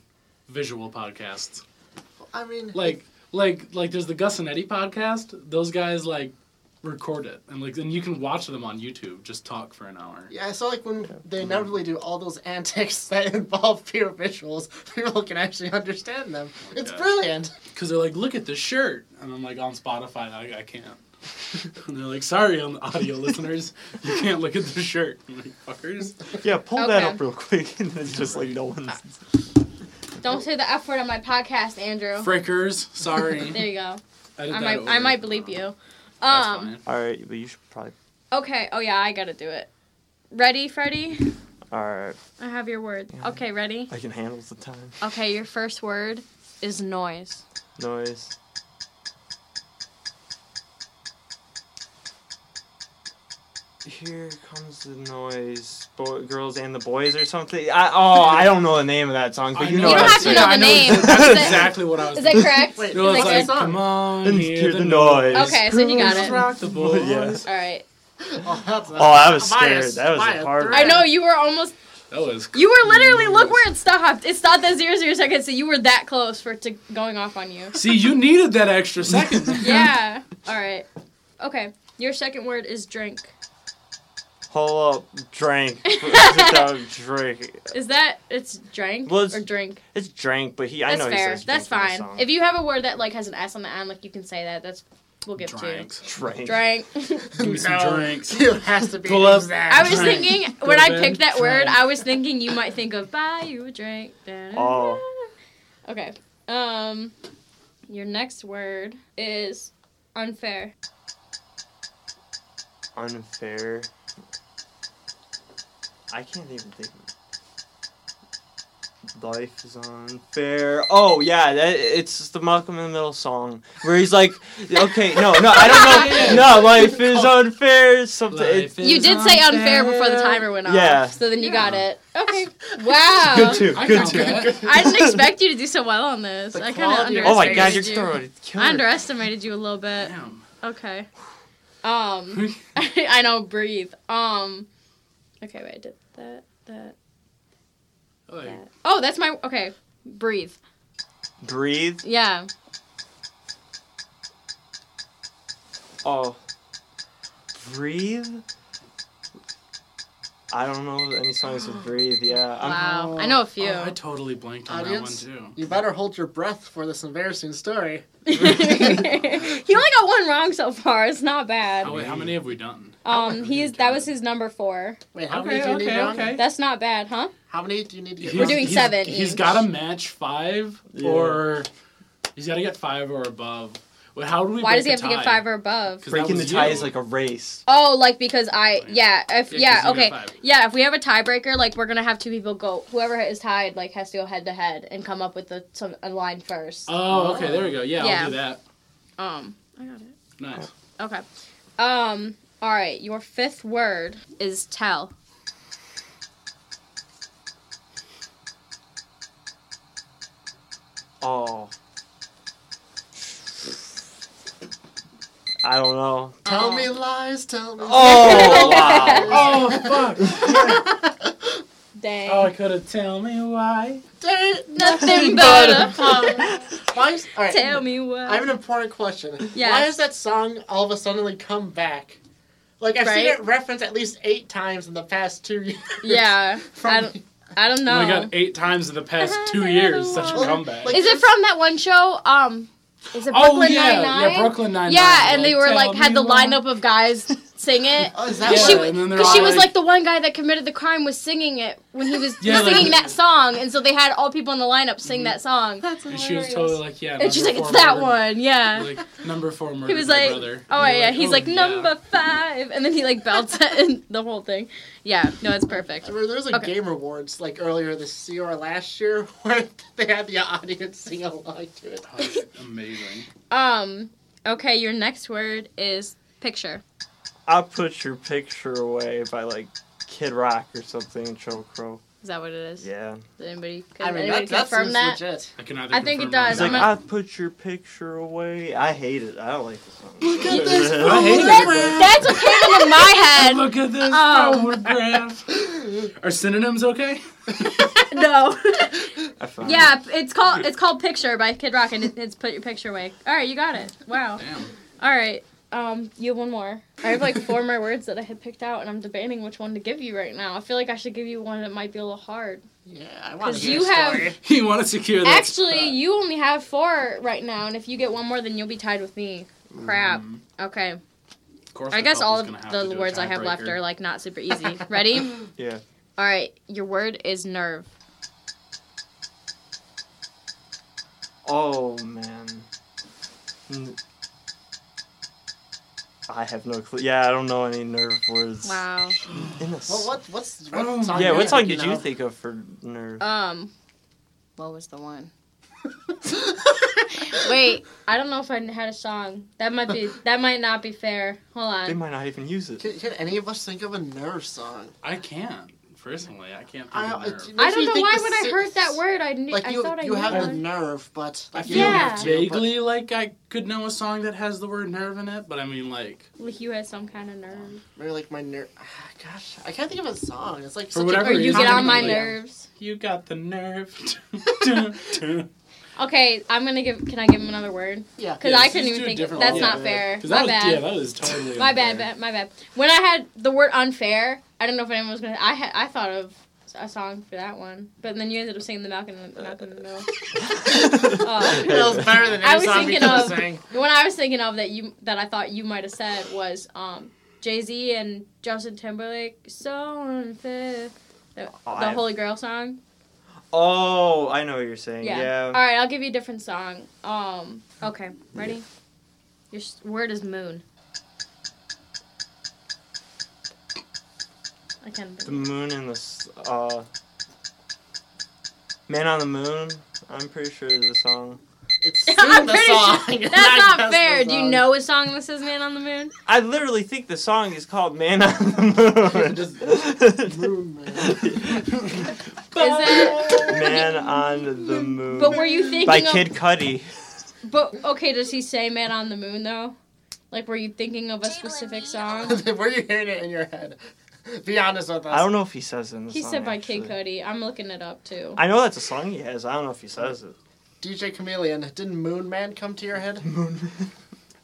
Speaker 6: Visual podcasts.
Speaker 5: *laughs* I mean,
Speaker 6: Like, like, like. There's the Gus and Eddie podcast. Those guys like record it and like, and you can watch them on YouTube. Just talk for an hour.
Speaker 5: yeah. So like when they inevitably do all those antics *laughs* that involve pure visuals, *laughs* people can actually understand them. It's
Speaker 6: gosh.
Speaker 5: brilliant.
Speaker 6: Because they're like, look at this shirt, and I'm like, on Spotify, I, I can't. *laughs* and they're like, sorry, on *laughs* audio listeners, you can't look at this shirt. I'm like, fuckers.
Speaker 3: Yeah, pull that
Speaker 1: Okay. Ah.
Speaker 3: up real quick, *laughs* and it's just like no one's.
Speaker 1: Don't say the F word on my podcast, Andrew.
Speaker 6: Frickers, sorry.
Speaker 1: There you go.
Speaker 6: Edit
Speaker 1: I
Speaker 6: that
Speaker 1: might
Speaker 6: over.
Speaker 1: I might bleep you.
Speaker 6: That's
Speaker 1: Um.
Speaker 6: fine.
Speaker 3: All right, but you should probably.
Speaker 1: Okay. Oh yeah, I gotta do it. Ready, Freddy?
Speaker 3: All right,
Speaker 1: I have your word. Okay, ready?
Speaker 3: I can handle the time.
Speaker 1: Okay, your first word is noise.
Speaker 3: Noise. Here comes the noise, Bo- girls and the boys, or something. I, oh, I don't know the name of that song, but
Speaker 6: I
Speaker 3: you
Speaker 6: know
Speaker 3: know.
Speaker 1: You
Speaker 3: what
Speaker 1: don't
Speaker 3: I'm
Speaker 1: have to
Speaker 3: saying.
Speaker 1: know
Speaker 6: I
Speaker 1: the
Speaker 6: know
Speaker 1: name. Is
Speaker 6: That's
Speaker 1: that-
Speaker 6: exactly what I was
Speaker 1: is that correct?
Speaker 5: Wait,
Speaker 1: Is
Speaker 6: It was
Speaker 1: that
Speaker 6: like,
Speaker 1: good?
Speaker 5: song?
Speaker 6: come on,
Speaker 3: And
Speaker 6: hear
Speaker 3: hear
Speaker 6: the,
Speaker 3: the
Speaker 6: noise.
Speaker 3: noise.
Speaker 1: Okay, so you got
Speaker 6: Girls
Speaker 1: it.
Speaker 6: Rock the boys.
Speaker 3: Yeah.
Speaker 1: All right.
Speaker 5: *laughs* Oh, that's
Speaker 3: Oh, I was
Speaker 5: By a-
Speaker 3: scared. That was
Speaker 5: by
Speaker 3: the
Speaker 5: a
Speaker 3: hard
Speaker 5: thread.
Speaker 1: I know you were almost.
Speaker 6: That was.
Speaker 1: You were literally look where it stopped. It stopped at zero zero seconds, so you were that close for it to going off on
Speaker 6: *laughs*
Speaker 1: you.
Speaker 6: *laughs* See, you needed that extra *laughs* second. man.
Speaker 1: Yeah. All right. Okay. Your second word is drink.
Speaker 3: Hold
Speaker 1: *laughs*
Speaker 3: up, drink. Sit down, drink.
Speaker 1: Is that it's drank
Speaker 3: Well, it's-
Speaker 1: or drink?
Speaker 3: It's drank, but he. I
Speaker 1: That's
Speaker 3: know he
Speaker 1: fair.
Speaker 3: says
Speaker 1: That's
Speaker 3: drink in the
Speaker 1: fine.
Speaker 3: song.
Speaker 1: If you have a word that like has an S on the end, like you can say that. That's we'll get
Speaker 6: Drinks.
Speaker 3: Drink.
Speaker 1: to
Speaker 3: *laughs*
Speaker 1: drank. *laughs*
Speaker 6: Give me some
Speaker 5: No.
Speaker 6: drinks.
Speaker 5: It has to be.
Speaker 6: Pull up.
Speaker 1: I was
Speaker 6: Drank.
Speaker 1: thinking
Speaker 6: Go
Speaker 1: when I
Speaker 6: back,
Speaker 1: picked that word,
Speaker 6: drank.
Speaker 1: I was thinking you might think of buy you a drink. Da-da-da.
Speaker 3: Oh.
Speaker 1: Okay. Um, your next word is unfair.
Speaker 3: Unfair. I can't even think. Life is unfair. Oh yeah, that, it's the Malcolm in the Middle song where he's like, okay, no, no,
Speaker 6: *laughs*
Speaker 3: I don't know. No, life is unfair. Something.
Speaker 6: Oh. Life
Speaker 1: you
Speaker 6: is
Speaker 1: did say unfair before the timer went off.
Speaker 3: Yeah.
Speaker 1: So then you got
Speaker 6: Yeah.
Speaker 1: it. Okay. *laughs* Wow.
Speaker 3: Good too.
Speaker 6: I
Speaker 3: Good
Speaker 6: count
Speaker 3: too.
Speaker 6: that.
Speaker 1: I didn't
Speaker 3: *laughs*
Speaker 1: expect you to do so well on this.
Speaker 5: The
Speaker 1: I kind of
Speaker 5: quality
Speaker 1: underestimated
Speaker 5: of
Speaker 1: you.
Speaker 3: Oh my god, you're
Speaker 1: you.
Speaker 3: throwing
Speaker 1: I
Speaker 3: killer.
Speaker 1: underestimated you a little bit.
Speaker 6: Damn.
Speaker 1: Okay.
Speaker 6: *sighs* *laughs*
Speaker 1: Um, *laughs* I know. Breathe. Um. Okay, wait. I did that. That.
Speaker 6: Like,
Speaker 1: That. Oh, that's my. Okay. Breathe.
Speaker 3: Breathe.
Speaker 1: Yeah.
Speaker 3: Oh. Breathe. I don't know any
Speaker 1: *gasps*
Speaker 3: songs with breathe. Yeah. I'm,
Speaker 1: Wow. I know a few.
Speaker 6: oh, I
Speaker 1: *laughs*
Speaker 6: totally blanked on
Speaker 5: Audience?
Speaker 6: that one too.
Speaker 5: You better hold your breath for this embarrassing story.
Speaker 1: he only got one wrong so far. It's not
Speaker 6: Oh,
Speaker 1: bad.
Speaker 6: wait, how many have we done?
Speaker 1: Um, he's that was his number four.
Speaker 5: Wait, how
Speaker 6: Okay,
Speaker 5: many do you need
Speaker 6: okay,
Speaker 5: wrong?
Speaker 6: okay.
Speaker 1: That's not bad, huh?
Speaker 5: How many do you need to get
Speaker 6: He's-
Speaker 1: We're
Speaker 5: wrong?
Speaker 1: doing
Speaker 6: he's-
Speaker 1: seven
Speaker 6: He's
Speaker 1: each.
Speaker 6: got to match five
Speaker 3: Yeah.
Speaker 6: or he's got to get five or above. Wait, how do we?
Speaker 1: Why does he
Speaker 6: break
Speaker 1: have
Speaker 6: the
Speaker 1: to get
Speaker 6: tie?
Speaker 1: five or above?
Speaker 6: 'Cause that
Speaker 3: breaking the
Speaker 6: was
Speaker 3: tie
Speaker 6: you.
Speaker 3: is like a race.
Speaker 1: Oh, like because I yeah if
Speaker 6: Yeah,
Speaker 1: yeah
Speaker 6: 'cause you
Speaker 1: okay
Speaker 6: got five.
Speaker 1: yeah if we have a tiebreaker like we're gonna have two people go whoever is tied like has to go head to head and come up with the some, a line first.
Speaker 6: Oh, okay, there we go. Yeah,
Speaker 1: Yeah.
Speaker 6: I'll do that.
Speaker 1: Um, I got it.
Speaker 6: Nice.
Speaker 1: Okay. Um. All right. Your fifth word is tell.
Speaker 3: Oh. I don't know.
Speaker 5: Tell me lies, tell me.
Speaker 3: Oh
Speaker 6: *laughs*
Speaker 3: *laughs* wow.
Speaker 6: Oh fuck!
Speaker 1: Dang.
Speaker 6: Oh, I could have. Tell me why.
Speaker 5: Date
Speaker 6: *laughs*
Speaker 1: Nothing but a
Speaker 5: *laughs*
Speaker 6: uh,
Speaker 5: Why is, all right,
Speaker 1: Tell me why.
Speaker 5: I have an important question.
Speaker 1: Uh, Yes.
Speaker 5: Why has that song all of a suddenly come back? Like I've
Speaker 1: Right?
Speaker 5: seen it referenced at least eight times in the past two years.
Speaker 1: yeah. I don't. I don't know.
Speaker 6: Only got eight times in the past
Speaker 1: *laughs*
Speaker 6: two years. Such a
Speaker 5: Well,
Speaker 6: comeback.
Speaker 5: like-
Speaker 1: Is it from that one show? Um, is it
Speaker 6: oh
Speaker 1: Brooklyn
Speaker 6: yeah,
Speaker 1: Nine Nine?
Speaker 6: yeah, Brooklyn Nine Nine.
Speaker 1: Yeah, and they were
Speaker 6: tell
Speaker 1: like had
Speaker 6: me
Speaker 1: the
Speaker 6: why.
Speaker 1: lineup of guys sing it.
Speaker 5: *laughs* Oh, is that
Speaker 1: Because she,
Speaker 6: Yeah,
Speaker 5: what?
Speaker 6: *laughs* and then they're
Speaker 1: cause she
Speaker 6: all
Speaker 1: was
Speaker 6: like-
Speaker 1: like the one guy that committed the crime was singing it when he was
Speaker 6: *laughs* Yeah, like- Mm-hmm.
Speaker 1: singing that song, and so they had all people in the lineup sing that
Speaker 6: *laughs*
Speaker 1: song.
Speaker 5: That's
Speaker 6: And she was totally like, yeah.
Speaker 1: And she's
Speaker 6: number
Speaker 1: like, it's
Speaker 6: four
Speaker 1: that
Speaker 6: murdered-
Speaker 1: one, yeah.
Speaker 6: Like number four murdered
Speaker 1: He was
Speaker 6: my
Speaker 1: like,
Speaker 6: brother.
Speaker 1: oh
Speaker 6: And you're
Speaker 1: yeah, he's
Speaker 6: oh,
Speaker 1: like
Speaker 6: yeah. *laughs*
Speaker 1: number five, and then he like belts it and *laughs* the whole thing. Yeah, no, it's perfect.
Speaker 5: I remember there was a
Speaker 1: Okay.
Speaker 5: game awards like earlier this year or last year *laughs* where they had the audience sing along to it.
Speaker 6: Oh, it's amazing.
Speaker 1: Um, okay, your next word is picture.
Speaker 3: I put your picture away by like Kid Rock or something. Joe Crow.
Speaker 1: Is that what it is?
Speaker 3: Yeah.
Speaker 1: Did anybody, could
Speaker 5: I mean,
Speaker 1: anybody
Speaker 5: that, that
Speaker 1: confirm
Speaker 5: seems
Speaker 1: that?
Speaker 5: legit.
Speaker 6: I can either.
Speaker 1: I think it
Speaker 6: confirm or
Speaker 1: does.
Speaker 3: He's
Speaker 1: I'm
Speaker 3: like,
Speaker 6: deny.
Speaker 1: gonna-
Speaker 3: I put your picture away. I hate it. I don't like the song.
Speaker 1: Oh
Speaker 3: *laughs*
Speaker 5: Look at
Speaker 6: this
Speaker 3: I hate
Speaker 6: fool.
Speaker 3: it.
Speaker 1: That's, that's what came into my head.
Speaker 6: Look at this
Speaker 1: Oh.
Speaker 6: photograph. *laughs* Are synonyms okay?
Speaker 1: *laughs*
Speaker 6: *laughs*
Speaker 1: No.
Speaker 3: I found it.
Speaker 1: Yeah, it's called it's called Picture by Kid Rock, and it, it's put your picture away. All right, you got it. Wow.
Speaker 6: Damn.
Speaker 1: All right. Um, you have one more. I have like four more words that I had picked out, and I'm debating which one to give you right now. I feel like I should give you one that might be a little hard.
Speaker 5: *laughs* Yeah, I want to
Speaker 1: 'Cause
Speaker 5: hear
Speaker 1: you
Speaker 5: a
Speaker 1: have-
Speaker 5: story.
Speaker 6: You want to secure that.
Speaker 1: Actually,
Speaker 6: spot.
Speaker 1: you only have four right now, and if you get one more, then you'll be tied with me. Crap.
Speaker 6: Mm,
Speaker 1: Okay.
Speaker 6: of course
Speaker 1: I
Speaker 6: the
Speaker 1: guess all
Speaker 6: couple's gonna
Speaker 1: of
Speaker 6: have to
Speaker 1: the
Speaker 6: do a
Speaker 1: words I have left
Speaker 6: tiebreaker.
Speaker 1: are like not super easy. Ready?
Speaker 3: Yeah.
Speaker 1: All right. Your word is nerve.
Speaker 3: Oh man. N- I have no clue. Yeah, I don't know any nerve words.
Speaker 1: Wow.
Speaker 3: In this.
Speaker 5: Well, what, what's, what
Speaker 6: Oh,
Speaker 5: song
Speaker 3: yeah,
Speaker 5: you're
Speaker 3: what song
Speaker 5: thinking
Speaker 3: did you
Speaker 5: of?
Speaker 3: think of for nerve?
Speaker 1: Um, what was the one?
Speaker 5: *laughs*
Speaker 1: Wait, I don't know if I had a song. That might be. That might not be fair. Hold
Speaker 3: they
Speaker 1: on.
Speaker 3: might not even use it.
Speaker 5: Can, can any of us think of a Nerve song?
Speaker 6: I can't. personally. I can't.
Speaker 5: I,
Speaker 6: think of
Speaker 5: it
Speaker 6: nerve.
Speaker 5: makes
Speaker 1: I don't
Speaker 5: me
Speaker 1: know
Speaker 5: think
Speaker 1: why
Speaker 5: the
Speaker 1: when I
Speaker 5: si-
Speaker 1: heard that word, I knew.
Speaker 5: Like
Speaker 1: I
Speaker 5: you,
Speaker 1: thought I
Speaker 5: you
Speaker 1: knew.
Speaker 5: have the
Speaker 1: it.
Speaker 5: nerve, but
Speaker 6: I
Speaker 5: like,
Speaker 6: feel
Speaker 5: you don't
Speaker 1: Yeah.
Speaker 5: have to, but-
Speaker 6: vaguely like I could know a song that has the word nerve in it, but I mean like
Speaker 1: Like you had some kind of nerve.
Speaker 5: Maybe like my nerve. Gosh, I can't think of a song. It's like
Speaker 6: For
Speaker 5: such
Speaker 6: whatever
Speaker 5: a
Speaker 1: Or you
Speaker 6: reason.
Speaker 1: get on my
Speaker 5: Yeah.
Speaker 1: nerves.
Speaker 6: you got the nerve. *laughs*
Speaker 1: Okay, I'm gonna give. Can I give him another word?
Speaker 5: Yeah.
Speaker 1: Because
Speaker 6: Yeah,
Speaker 1: I
Speaker 6: let's
Speaker 1: couldn't
Speaker 6: just
Speaker 1: even think.
Speaker 6: do a different
Speaker 1: That's
Speaker 5: one.
Speaker 1: not
Speaker 5: Yeah.
Speaker 1: fair.
Speaker 6: 'Cause that
Speaker 1: My
Speaker 6: was, yeah,
Speaker 1: bad.
Speaker 6: that is totally
Speaker 1: My bad,
Speaker 6: unfair.
Speaker 1: ba- my bad. When I had the word unfair, I didn't know if anyone was gonna. I had. I thought of a song for that one, but then you ended up singing the Malcolm in the, Malcolm in the
Speaker 6: *laughs*
Speaker 1: Middle.
Speaker 5: *laughs*
Speaker 1: Oh.
Speaker 5: That was better than
Speaker 1: I
Speaker 5: any
Speaker 1: was
Speaker 5: song we
Speaker 1: thinking
Speaker 5: could have
Speaker 1: of-
Speaker 5: sang.
Speaker 1: The one I was thinking of that you that I thought you might have said was um, Jay Z and Justin Timberlake. So unfair. The,
Speaker 3: Oh,
Speaker 1: the
Speaker 3: I-
Speaker 1: Holy Grail song.
Speaker 3: Oh, I know what you're saying.
Speaker 1: Yeah.
Speaker 3: Yeah.
Speaker 1: All right, I'll give you a different song. Um, okay, ready? Your s- word is moon. I can't.
Speaker 3: The
Speaker 1: Think.
Speaker 3: moon and the s- uh, man on the moon. I'm pretty sure is a song.
Speaker 5: It's
Speaker 1: *laughs* I'm
Speaker 5: sing the
Speaker 1: pretty
Speaker 5: song.
Speaker 1: sure *laughs*
Speaker 5: *laughs* not
Speaker 1: that's not
Speaker 5: guess the
Speaker 1: fair. Do you
Speaker 5: song.
Speaker 1: know what song this is, Man on the Moon?
Speaker 3: I literally think the song is called Man on *laughs*
Speaker 5: *laughs*
Speaker 3: the Moon.
Speaker 5: Moon Man.
Speaker 1: Is it?
Speaker 3: man on the Moon
Speaker 1: But were you thinking *laughs*
Speaker 3: by
Speaker 1: of
Speaker 3: Kid Cudi.
Speaker 1: But okay, does he say "Man on the Moon" though? Like, were you thinking of a specific
Speaker 3: *laughs*
Speaker 1: song?
Speaker 5: *laughs* Were you hearing it in your head? Be honest with us.
Speaker 3: I don't know if he says it in the
Speaker 1: He
Speaker 3: song.
Speaker 1: said by
Speaker 3: actually.
Speaker 1: Kid Cudi. I'm looking it up too.
Speaker 3: I know that's a song he has. I don't know if he says
Speaker 5: *laughs*
Speaker 3: it.
Speaker 5: DJ Chameleon, didn't Moon Man come to your head?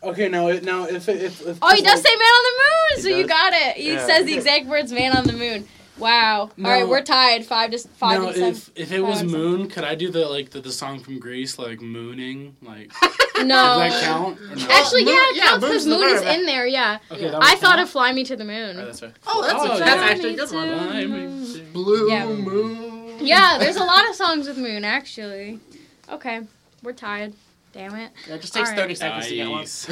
Speaker 6: Okay, now it- now if it- if, if
Speaker 1: Oh, he does
Speaker 6: like,
Speaker 1: say "Man on the Moon,"
Speaker 3: He
Speaker 1: so you
Speaker 3: does?
Speaker 1: got it. He
Speaker 3: Yeah.
Speaker 1: says the exact words "Man on the Moon." Wow.
Speaker 6: No.
Speaker 1: All right, we're tied five to s- five
Speaker 6: Now
Speaker 1: and seven.
Speaker 6: if if it was
Speaker 1: five and seven.
Speaker 6: moon, could I do the like the, the song from Greece like mooning like
Speaker 1: *laughs* no.
Speaker 6: does that count? or no?
Speaker 1: Actually,
Speaker 5: Moon-
Speaker 1: yeah, it
Speaker 5: yeah,
Speaker 1: counts because
Speaker 5: Moon's the
Speaker 1: moon is
Speaker 5: verb.
Speaker 1: in there. Yeah.
Speaker 6: okay, that
Speaker 1: I
Speaker 6: would
Speaker 1: thought
Speaker 6: count?
Speaker 1: of "Fly Me to the Moon."
Speaker 6: Alright,
Speaker 1: *laughs*
Speaker 6: that's fair.
Speaker 5: Oh, that's, a,
Speaker 6: Oh,
Speaker 5: that's
Speaker 6: yeah.
Speaker 5: actually a good one.
Speaker 6: Fly me
Speaker 1: Moon.
Speaker 6: to-
Speaker 5: Blue
Speaker 1: Yeah.
Speaker 5: Moon.
Speaker 1: Yeah, there's a lot of songs with moon actually. Okay, we're tied. Damn it.
Speaker 5: Yeah, it just takes
Speaker 1: All right.
Speaker 5: 30 seconds to get one. *laughs*
Speaker 6: Nice.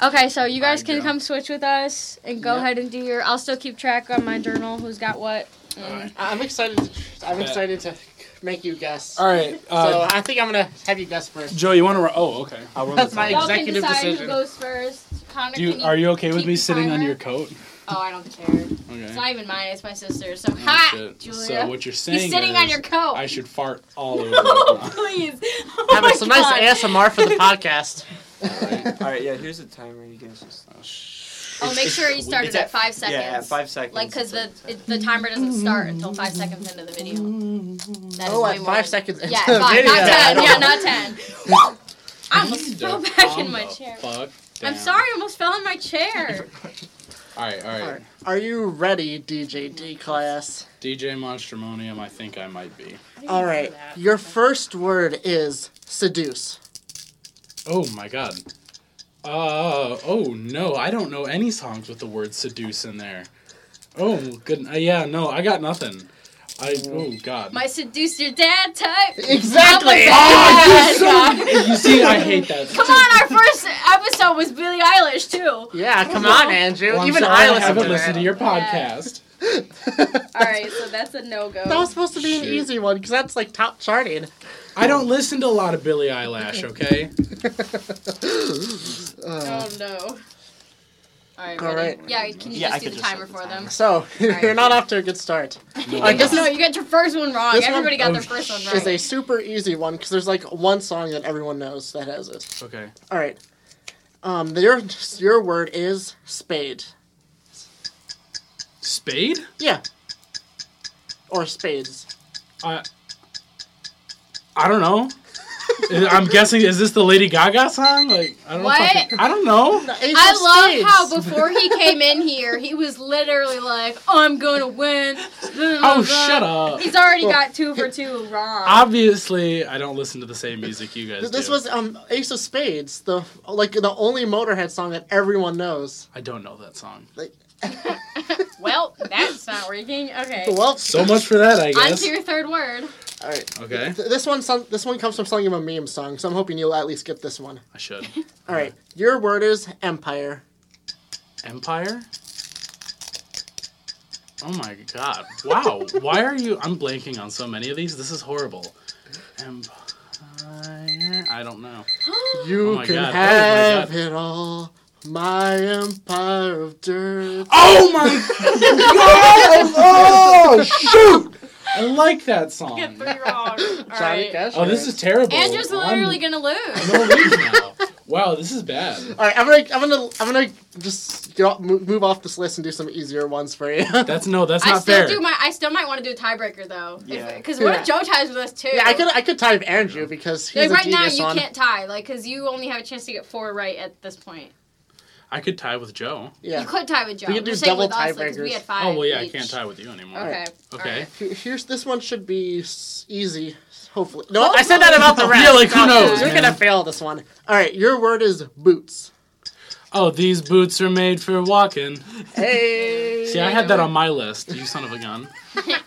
Speaker 1: Okay, so you guys
Speaker 6: I
Speaker 1: can
Speaker 6: go.
Speaker 1: come switch with us and go
Speaker 5: Yep.
Speaker 1: ahead and do your. I'll still keep track on my journal who's got what. and-
Speaker 6: Alright.
Speaker 5: I'm excited. To, I'm
Speaker 6: Bet.
Speaker 5: excited to make you guess.
Speaker 6: All right,
Speaker 5: so
Speaker 6: uh,
Speaker 5: I think I'm gonna have you guess first.
Speaker 6: Joe, you want to? Ro- oh, okay.
Speaker 3: I will
Speaker 5: That's
Speaker 3: the
Speaker 5: my
Speaker 1: Y'all
Speaker 3: song.
Speaker 1: can
Speaker 5: executive
Speaker 1: decide
Speaker 5: decision.
Speaker 1: who goes first. Connor,
Speaker 6: Do you,
Speaker 1: can
Speaker 6: are you okay with
Speaker 1: keep
Speaker 6: me
Speaker 1: the
Speaker 6: sitting on
Speaker 1: timer?
Speaker 6: your coat?
Speaker 1: Oh, I don't care. It's
Speaker 6: Okay.
Speaker 1: not even mine. It's my sister's. So
Speaker 6: Oh,
Speaker 1: ha,
Speaker 6: shit.
Speaker 1: Julia.
Speaker 6: So what you're saying
Speaker 1: He's sitting
Speaker 6: is
Speaker 1: on your *laughs* coat.
Speaker 6: I should fart all over.
Speaker 1: oh, *laughs*
Speaker 6: it.
Speaker 1: please. Oh
Speaker 5: Have
Speaker 1: my
Speaker 5: some nice
Speaker 1: God.
Speaker 5: ASMR for
Speaker 6: *laughs*
Speaker 5: the podcast.
Speaker 3: All right, yeah. Here's the timer. You guys just
Speaker 1: Oh, make sure you start it
Speaker 3: It's
Speaker 1: at
Speaker 3: at-
Speaker 1: five seconds.
Speaker 3: yeah, at five seconds.
Speaker 1: Like, cause the
Speaker 3: it's like-
Speaker 1: it, the timer doesn't start until five seconds into the video. That is
Speaker 5: Oh,
Speaker 1: way
Speaker 5: at
Speaker 1: more
Speaker 5: five
Speaker 1: than-
Speaker 5: seconds into
Speaker 1: Yeah,
Speaker 5: *laughs* the
Speaker 1: five,
Speaker 5: video.
Speaker 1: not ten.
Speaker 5: I
Speaker 1: Yeah,
Speaker 5: don't-
Speaker 1: not
Speaker 5: *laughs*
Speaker 1: ten. I almost
Speaker 6: Need
Speaker 1: fell
Speaker 6: to
Speaker 1: back in
Speaker 6: calm
Speaker 1: my
Speaker 6: the
Speaker 1: chair.
Speaker 6: Fuck
Speaker 1: I'm
Speaker 6: down.
Speaker 1: sorry, I almost fell in my chair.
Speaker 6: All right, all right.
Speaker 5: Are you ready, DJ D class?
Speaker 6: DJ Monstromonium, I think I might be.
Speaker 5: All right. Your first word is seduce.
Speaker 6: Oh my god. Uh oh no, I don't know any songs with the word seduce in there. Oh good. Uh, yeah, no, I got nothing. I oh god. *laughs*
Speaker 1: My *laughs* seduce your dad type.
Speaker 5: Exactly. Oh,
Speaker 1: Yes, God.
Speaker 6: you see, I hate that.
Speaker 1: Come on, our first episode was Billie Eilish too.
Speaker 5: Yeah, come on, Andrew.
Speaker 6: Well, I'm
Speaker 5: Even
Speaker 6: sorry,
Speaker 5: I
Speaker 6: haven't
Speaker 5: listen
Speaker 6: listened
Speaker 5: to
Speaker 6: to
Speaker 5: it.
Speaker 6: your podcast.
Speaker 1: All right, so that's a no go.
Speaker 5: That was supposed to be an
Speaker 6: Shoot.
Speaker 5: easy one because that's like top charting.
Speaker 6: I don't listen to a lot of Billie Eilish. Okay.
Speaker 5: Uh,
Speaker 1: Oh no. All right,
Speaker 5: All
Speaker 1: ready?
Speaker 5: right.
Speaker 1: Yeah, can you
Speaker 3: Yeah, I
Speaker 1: just do
Speaker 3: could
Speaker 1: the
Speaker 3: just
Speaker 1: timer
Speaker 3: set
Speaker 1: for
Speaker 3: the
Speaker 1: them?
Speaker 5: so *laughs* you're not off to a good start.
Speaker 6: No,
Speaker 5: Alright, this
Speaker 1: No, you got your first one wrong.
Speaker 5: This one-
Speaker 1: Everybody got
Speaker 6: oh,
Speaker 1: their first one
Speaker 5: is a
Speaker 1: right.
Speaker 5: super easy one because there's like one song that everyone knows that has it.
Speaker 6: okay.
Speaker 5: All right. Um, your your word is spade.
Speaker 6: Spade.
Speaker 5: Yeah. Or spades.
Speaker 6: I. I don't know. I'm guessing is this the Lady Gaga song? Like I don't
Speaker 1: What?
Speaker 6: fucking- I don't know.
Speaker 5: The ace of
Speaker 1: I
Speaker 5: spades.
Speaker 1: love how before he came in here, he was literally like, "I'm gonna win."
Speaker 6: Oh shut up.
Speaker 1: He's already got two for two wrong.
Speaker 6: Obviously, I don't listen to the same music you guys
Speaker 5: Th- This
Speaker 6: do.
Speaker 5: was um Ace of Spades, the like the only Motorhead song that everyone knows.
Speaker 6: I don't know that song.
Speaker 1: well, that's not working. Okay.
Speaker 5: Well,
Speaker 6: So much for that, I
Speaker 1: On
Speaker 6: guess.
Speaker 1: to your third word.
Speaker 5: all right.
Speaker 6: Okay,
Speaker 5: Th- This one, some, this one comes from something of a meme song, so I'm hoping you'll at least get this one.
Speaker 6: I should.
Speaker 5: All right, your word is empire.
Speaker 6: Empire. Oh my god! Wow, why are you? I'm blanking on so many of these. This is horrible. Empire. I don't know.
Speaker 5: You
Speaker 6: Oh my
Speaker 5: can
Speaker 6: God. Oh my
Speaker 5: have
Speaker 6: God.
Speaker 5: it all,
Speaker 3: *laughs*
Speaker 5: my empire of dirt.
Speaker 6: Oh my god!
Speaker 3: Oh shoot!
Speaker 6: I like that
Speaker 1: *gasps*
Speaker 6: song.
Speaker 1: Get three wrong. All
Speaker 5: *laughs* Johnny
Speaker 1: right.
Speaker 5: Cash.
Speaker 6: Oh, this is terrible.
Speaker 1: Andrew's literally
Speaker 6: I'm-
Speaker 1: gonna lose.
Speaker 6: No lead now. Wow, this is bad.
Speaker 5: All right, I'm gonna, I'm gonna, I'm gonna just get off, mo- move off this list and do some easier ones for you.
Speaker 6: That's no, that's
Speaker 1: I
Speaker 6: not
Speaker 1: still
Speaker 6: fair.
Speaker 1: do my. I still might want to do a tiebreaker though.
Speaker 3: Yeah.
Speaker 1: Because what
Speaker 5: Yeah.
Speaker 1: if Joe ties with us too?
Speaker 5: *laughs* yeah, I could, I could tie with Andrew because
Speaker 1: Like
Speaker 5: he's a
Speaker 1: right now,
Speaker 5: genius
Speaker 1: you
Speaker 5: on.
Speaker 1: can't tie. Like, because you only have a chance to get four right at this point.
Speaker 6: I could tie with Joe.
Speaker 1: You
Speaker 5: Yeah.
Speaker 1: could tie with Joe.
Speaker 5: We could
Speaker 1: I'm
Speaker 5: do
Speaker 1: just saying
Speaker 5: double
Speaker 1: with us, like, 'cause we
Speaker 5: tiebreakers.
Speaker 1: had five.
Speaker 6: Oh well, yeah, I
Speaker 1: each.
Speaker 6: can't tie with you anymore.
Speaker 1: Okay.
Speaker 6: Okay.
Speaker 1: alright.
Speaker 5: Here- Here's this one should be s- easy, hopefully. No, I said that about the rest.
Speaker 6: *laughs* Yeah, like,
Speaker 5: No,
Speaker 6: who knows,
Speaker 5: You're
Speaker 6: man?
Speaker 5: gonna fail this one. All right, your word is boots.
Speaker 6: Oh, these boots are made for walking.
Speaker 5: Hey.
Speaker 6: See, I had that on my list. You son of a gun.
Speaker 1: And *laughs*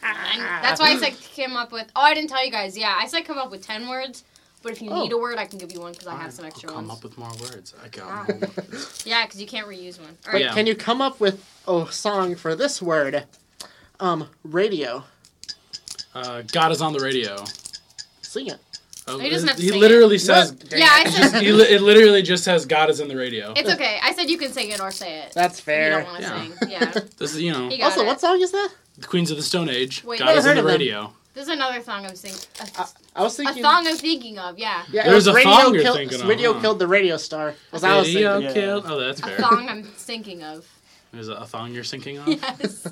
Speaker 1: that's why I said came up with. Oh, I didn't tell you guys. Yeah, I said come up with ten words. But if you
Speaker 5: Oh.
Speaker 1: need a word, I can give you one because I have some
Speaker 6: I'll
Speaker 1: extra
Speaker 6: come
Speaker 1: ones. Ah.
Speaker 6: up with more words. I got. more words.
Speaker 1: Yeah, because you can't reuse one. All
Speaker 5: But
Speaker 1: right.
Speaker 6: Yeah.
Speaker 5: can you come up with a song for this word? Um, radio.
Speaker 6: Uh, God is on the radio.
Speaker 5: Sing it.
Speaker 6: Oh,
Speaker 1: He doesn't have to
Speaker 6: he
Speaker 1: sing
Speaker 6: literally says.
Speaker 1: Yeah, I said
Speaker 6: *laughs* He li- it literally just says God is in the radio.
Speaker 1: it's okay. I said you can sing it or say it.
Speaker 5: That's
Speaker 1: if You
Speaker 5: fair.
Speaker 1: don't want to
Speaker 6: Yeah.
Speaker 1: sing. Yeah.
Speaker 6: This is you know
Speaker 1: He got
Speaker 5: Also,
Speaker 1: it.
Speaker 5: what song is that?
Speaker 6: the Queens of the Stone Age.
Speaker 1: Wait,
Speaker 6: God
Speaker 1: never
Speaker 6: is in
Speaker 5: heard
Speaker 6: the
Speaker 5: of them.
Speaker 6: radio.
Speaker 1: There's another song I'm singing. A,
Speaker 5: I was
Speaker 1: a
Speaker 5: thinking.
Speaker 1: song I'm thinking of. Yeah.
Speaker 5: Yeah, it
Speaker 6: There's
Speaker 5: was
Speaker 6: a
Speaker 5: radio
Speaker 6: song you're
Speaker 5: killed,
Speaker 6: thinking of,
Speaker 5: Radio
Speaker 6: huh?
Speaker 5: killed the radio star. Was I was
Speaker 6: Radio
Speaker 5: thinking.
Speaker 3: thinking.
Speaker 6: killed. Oh, that's
Speaker 1: A
Speaker 6: fair.
Speaker 1: song I'm thinking of.
Speaker 6: Is it a thong you're sinking on?
Speaker 1: Yes.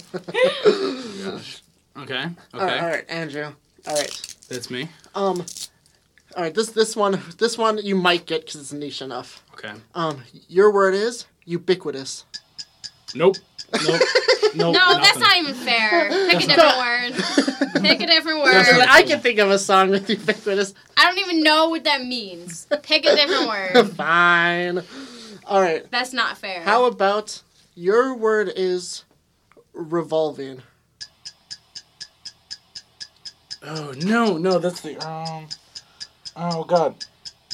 Speaker 6: Gosh. Okay. Okay.
Speaker 5: All right, all right, Andrew. All right.
Speaker 6: That's me.
Speaker 5: Um. All right. This this one this one you might get because it's niche enough.
Speaker 6: Okay.
Speaker 5: Um, your word is ubiquitous.
Speaker 6: Nope. Nope. nope.
Speaker 1: *laughs* No, that's
Speaker 6: nothing.
Speaker 1: not even fair. Pick a different *laughs* word.
Speaker 5: *laughs*
Speaker 1: Pick a different
Speaker 5: Andrew,
Speaker 1: word.
Speaker 5: I can think of a song with ubiquitous.
Speaker 1: I don't even know what that means. Pick a different
Speaker 5: *laughs*
Speaker 1: word.
Speaker 5: Fine. All right.
Speaker 1: That's not fair.
Speaker 5: How about your word is revolving?
Speaker 6: Oh no, no, that's the um. Oh god.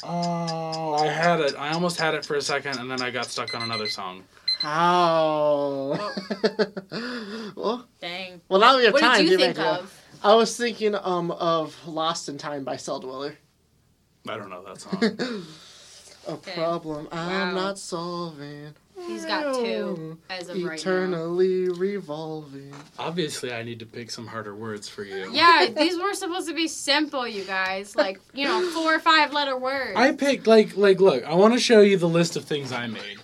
Speaker 6: Oh, I had it. I almost had it for a second, and then I got stuck on another song.
Speaker 5: How? *laughs* well,
Speaker 1: Dang.
Speaker 5: well, now we have
Speaker 1: What
Speaker 5: time.
Speaker 1: did you
Speaker 5: give me
Speaker 1: think
Speaker 5: an idea.
Speaker 1: of?
Speaker 5: I was thinking um of Lost in Time by Cell Dweller.
Speaker 6: I don't know that song.
Speaker 1: *laughs*
Speaker 5: A problem I'm
Speaker 1: Wow.
Speaker 5: not solving.
Speaker 1: He's got two as of right now.
Speaker 5: Eternally revolving.
Speaker 6: Obviously, I need to pick some harder words for you.
Speaker 1: Yeah, these were supposed to be simple, you guys. Like, you know, four or five letter words.
Speaker 6: I picked like like look. I want to show you the list of things I made.